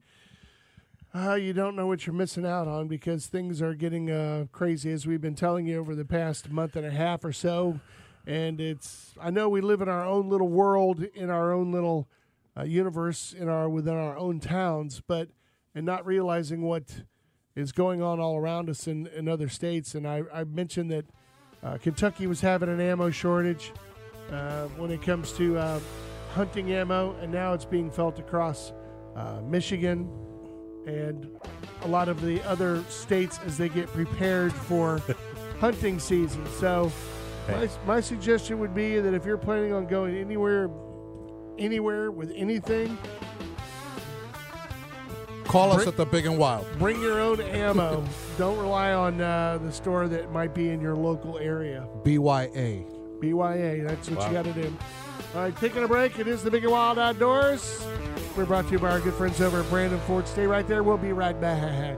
Speaker 1: uh, you don't know what you're missing out on because things are getting uh, crazy, as we've been telling you over the past month and a half or so. And it's, I know we live in our own little world, in our own little uh, universe, in our within our own towns, but and not realizing what is going on all around us in, in other states. And I, I mentioned that uh, Kentucky was having an ammo shortage uh, when it comes to uh, hunting ammo, and now it's being felt across uh, Michigan and a lot of the other states as they get prepared for hunting season. So, my, my suggestion would be that if you're planning on going anywhere, anywhere with anything,
Speaker 2: Call us
Speaker 1: Bring-
Speaker 2: at the Big and Wild.
Speaker 1: bring your own ammo. Don't rely on uh, the store that might be in your local area.
Speaker 2: BYA.
Speaker 1: BYA. That's what you got to do. All right, taking a break. It is the Big and Wild Outdoors. We're brought to you by our good friends over at Brandon Ford. Stay right there. We'll be right back.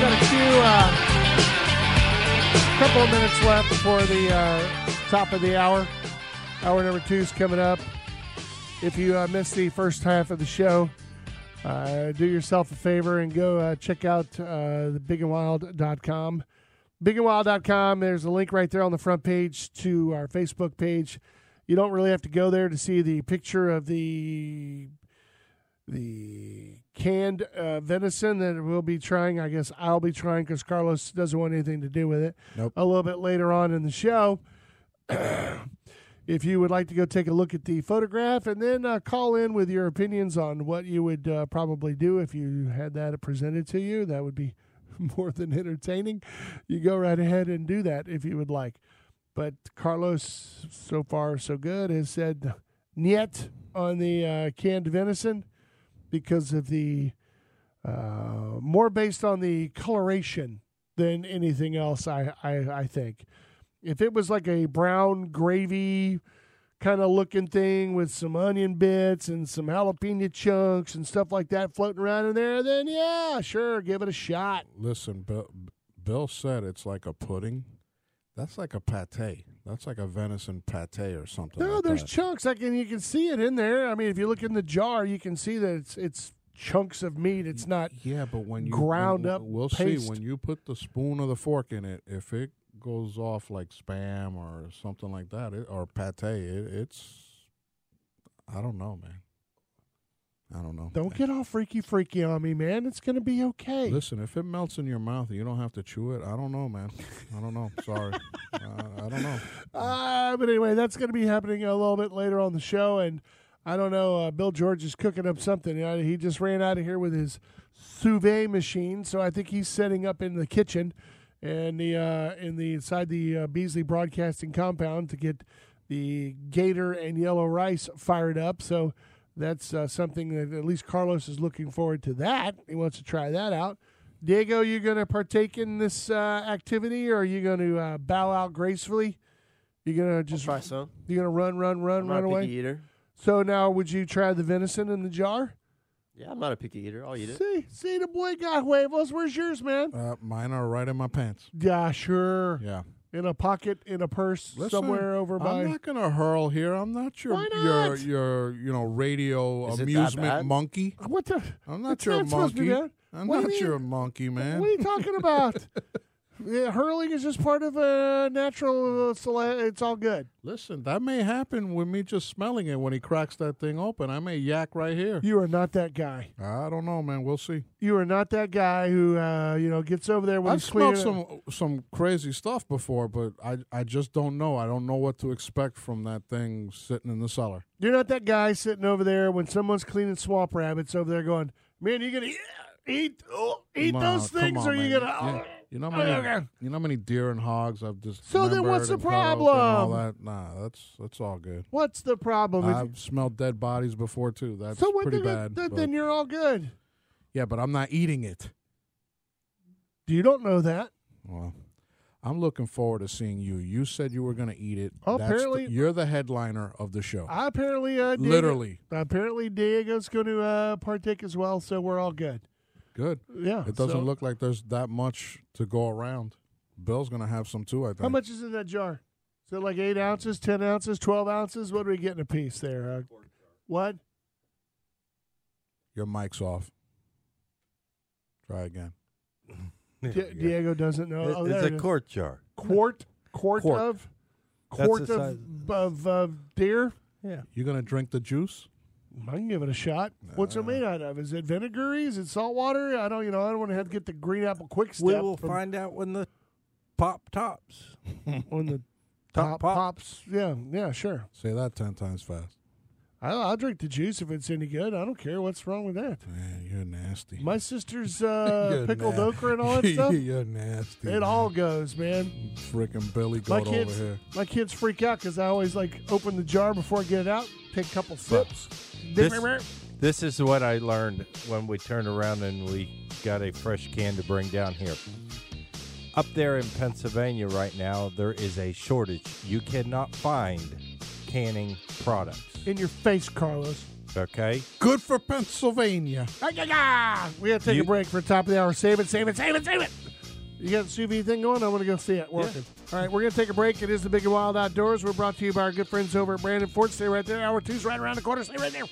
Speaker 1: Got a few, uh, couple of minutes left before the uh, top of the hour. Hour number two is coming up. If you uh, missed the first half of the show, uh, do yourself a favor and go uh, check out uh, the bigandwild.com. Bigandwild.com, there's a link right there on the front page to our Facebook page. You don't really have to go there to see the picture of the the canned uh, venison that we'll be trying. I guess I'll be trying because Carlos doesn't want anything to do with it.
Speaker 2: Nope.
Speaker 1: A little bit later on in the show. if you would like to go take a look at the photograph and then uh, call in with your opinions on what you would uh, probably do if you had that presented to you, that would be more than entertaining. You go right ahead and do that if you would like. But Carlos, so far so good, has said niet on the uh, canned venison because of the uh, more based on the coloration than anything else. I I, I think if it was like a brown gravy kind of looking thing with some onion bits and some jalapeno chunks and stuff like that floating around in there, then yeah, sure, give it a shot.
Speaker 2: Listen, Bill, Bill said it's like a pudding. That's like a pate. That's like a venison pate or something.
Speaker 1: No,
Speaker 2: like
Speaker 1: there's
Speaker 2: that.
Speaker 1: chunks. I can you can see it in there. I mean, if you look in the jar, you can see that it's it's chunks of meat. It's not
Speaker 2: yeah, but when you
Speaker 1: ground
Speaker 2: when-
Speaker 1: up
Speaker 2: we'll see
Speaker 1: paste.
Speaker 2: when you put the spoon or the fork in it. If it goes off like spam or something like that, it, or pate, it, it's I don't know, man. I don't know.
Speaker 1: Don't get all freaky freaky on me, man. It's gonna be okay.
Speaker 2: Listen, if it melts in your mouth and you don't have to chew it, I don't know, man. I don't know. Sorry. uh, I don't know.
Speaker 1: Uh, but anyway, that's going to be happening a little bit later on the show. And I don't know, uh, Bill George is cooking up something. You know, he just ran out of here with his sous vide machine. So I think he's setting up in the kitchen and the uh, in the inside the uh, Beasley Broadcasting compound to get the gator and yellow rice fired up. So that's uh, something that at least Carlos is looking forward to that. He wants to try that out. Diego, you going to partake in this uh, activity or are you going to uh, bow out gracefully? You're gonna just
Speaker 7: Try some.
Speaker 1: you're gonna run, run,
Speaker 7: I'm
Speaker 1: run,
Speaker 7: not
Speaker 1: run
Speaker 7: a picky
Speaker 1: away.
Speaker 7: eater.
Speaker 1: So now, would you try the venison in the jar?
Speaker 7: Yeah, I'm not a picky eater. I'll eat it.
Speaker 1: See, see the boy got huevos. Where's yours, man?
Speaker 2: Uh, mine are right in my pants.
Speaker 1: Yeah, sure.
Speaker 2: Yeah.
Speaker 1: In a pocket, in a purse,
Speaker 2: Listen,
Speaker 1: somewhere over by.
Speaker 2: I'm not gonna hurl here. I'm not your
Speaker 1: Why
Speaker 2: your
Speaker 1: not?
Speaker 2: your you know radio
Speaker 7: Is it that
Speaker 2: amusement
Speaker 7: bad?
Speaker 2: monkey.
Speaker 1: what the?
Speaker 2: I'm not
Speaker 1: It's
Speaker 2: your
Speaker 1: not supposed to be
Speaker 2: monkey.
Speaker 1: bad.
Speaker 2: I'm
Speaker 1: What do you
Speaker 2: not
Speaker 1: mean?
Speaker 2: your monkey, man.
Speaker 1: What are you talking about? yeah, hurling is just part of a natural. uh, sele- It's all good.
Speaker 2: Listen, that may happen with me just smelling it when he cracks that thing open. I may yak right here.
Speaker 1: You are not that guy.
Speaker 2: I don't know, man. We'll see.
Speaker 1: You are not that guy who uh, you know gets over there when
Speaker 2: I've
Speaker 1: he's cleaning.
Speaker 2: smelled some some crazy stuff before, but I I just don't know. I don't know what to expect from that thing sitting in the cellar.
Speaker 1: You're not that guy sitting over there when someone's cleaning swamp rabbits over there going, man, you're gonna eat eat, oh, eat
Speaker 2: Nah,
Speaker 1: those
Speaker 2: come
Speaker 1: things,
Speaker 2: on,
Speaker 1: or you
Speaker 2: man.
Speaker 1: gonna. oh,
Speaker 2: Yeah. You know how many
Speaker 1: Okay.
Speaker 2: you know how many deer and hogs I've just
Speaker 1: So then what's the
Speaker 2: All
Speaker 1: problem?
Speaker 2: that. Nah, that's that's all good.
Speaker 1: What's the problem? If-
Speaker 2: I've smelled dead bodies before too. That's
Speaker 1: so what?
Speaker 2: pretty
Speaker 1: Then,
Speaker 2: bad.
Speaker 1: then,
Speaker 2: but-
Speaker 1: then you're all good.
Speaker 2: yeah, but I'm not eating it.
Speaker 1: You don't know that.
Speaker 2: Well, I'm looking forward to seeing you. You said you were going to eat it.
Speaker 1: Oh,
Speaker 2: That's the-
Speaker 1: apparently-
Speaker 2: you're the headliner of the show.
Speaker 1: I apparently uh, Diego-
Speaker 2: Literally,
Speaker 1: Apparently Diego's going to uh, partake as well, so we're all good.
Speaker 2: good.
Speaker 1: Yeah.
Speaker 2: It doesn't
Speaker 1: so-
Speaker 2: look like there's that much to go around. Bill's going to have some too. I think.
Speaker 1: How much is in that jar? Is it like eight ounces, ten ounces, twelve ounces? What are we getting a piece there? Uh, what?
Speaker 2: Your mic's off. Try again.
Speaker 1: Di- Diego doesn't know.
Speaker 3: It-
Speaker 1: oh, there
Speaker 3: it's
Speaker 1: it
Speaker 3: a
Speaker 1: is.
Speaker 3: quart jar.
Speaker 1: quart quart,
Speaker 3: Quart.
Speaker 1: of
Speaker 3: That's
Speaker 1: quart
Speaker 3: the
Speaker 1: of, of of deer.
Speaker 3: Yeah.
Speaker 2: You going to drink the juice?
Speaker 1: I can give it a shot. What's it made out of? Is it vinegary? Is it salt water? I don't. You know, I don't want to have to get the green apple quick step.
Speaker 3: We will
Speaker 1: from-
Speaker 3: find out when the pop tops.
Speaker 1: on the
Speaker 3: Top
Speaker 1: top,
Speaker 3: pop.
Speaker 1: pops. Yeah, yeah, sure.
Speaker 2: Say that ten times fast.
Speaker 1: I, I'll drink the juice if it's any good. I don't care what's wrong with that.
Speaker 2: Man, you're nasty.
Speaker 1: My sister's uh,
Speaker 2: You're
Speaker 1: pickled
Speaker 2: na-
Speaker 1: okra and all that stuff.
Speaker 2: you're nasty.
Speaker 1: It all goes, man.
Speaker 2: freaking Billy
Speaker 1: My
Speaker 2: goat over
Speaker 1: kids,
Speaker 2: here.
Speaker 1: my kids freak out because I always like open the jar before I get it out, take a couple sips.
Speaker 3: This, this is what I learned when we turned around and we got a fresh can to bring down here. Up there in Pennsylvania right now, there is a shortage. You cannot find canning products.
Speaker 1: In your face, Carlos.
Speaker 3: Okay?
Speaker 2: Good for Pennsylvania.
Speaker 1: We gotta take
Speaker 3: You-
Speaker 1: a break for top of the hour. Save it, save it, save it, save it. You got the sous vide thing going? I want to go see it working. All right, we're gonna take a break. It is the Big and Wild Outdoors. We're brought to you by our good friends over at Brandon Ford. Stay right there. Hour two's right around the corner. Stay right there.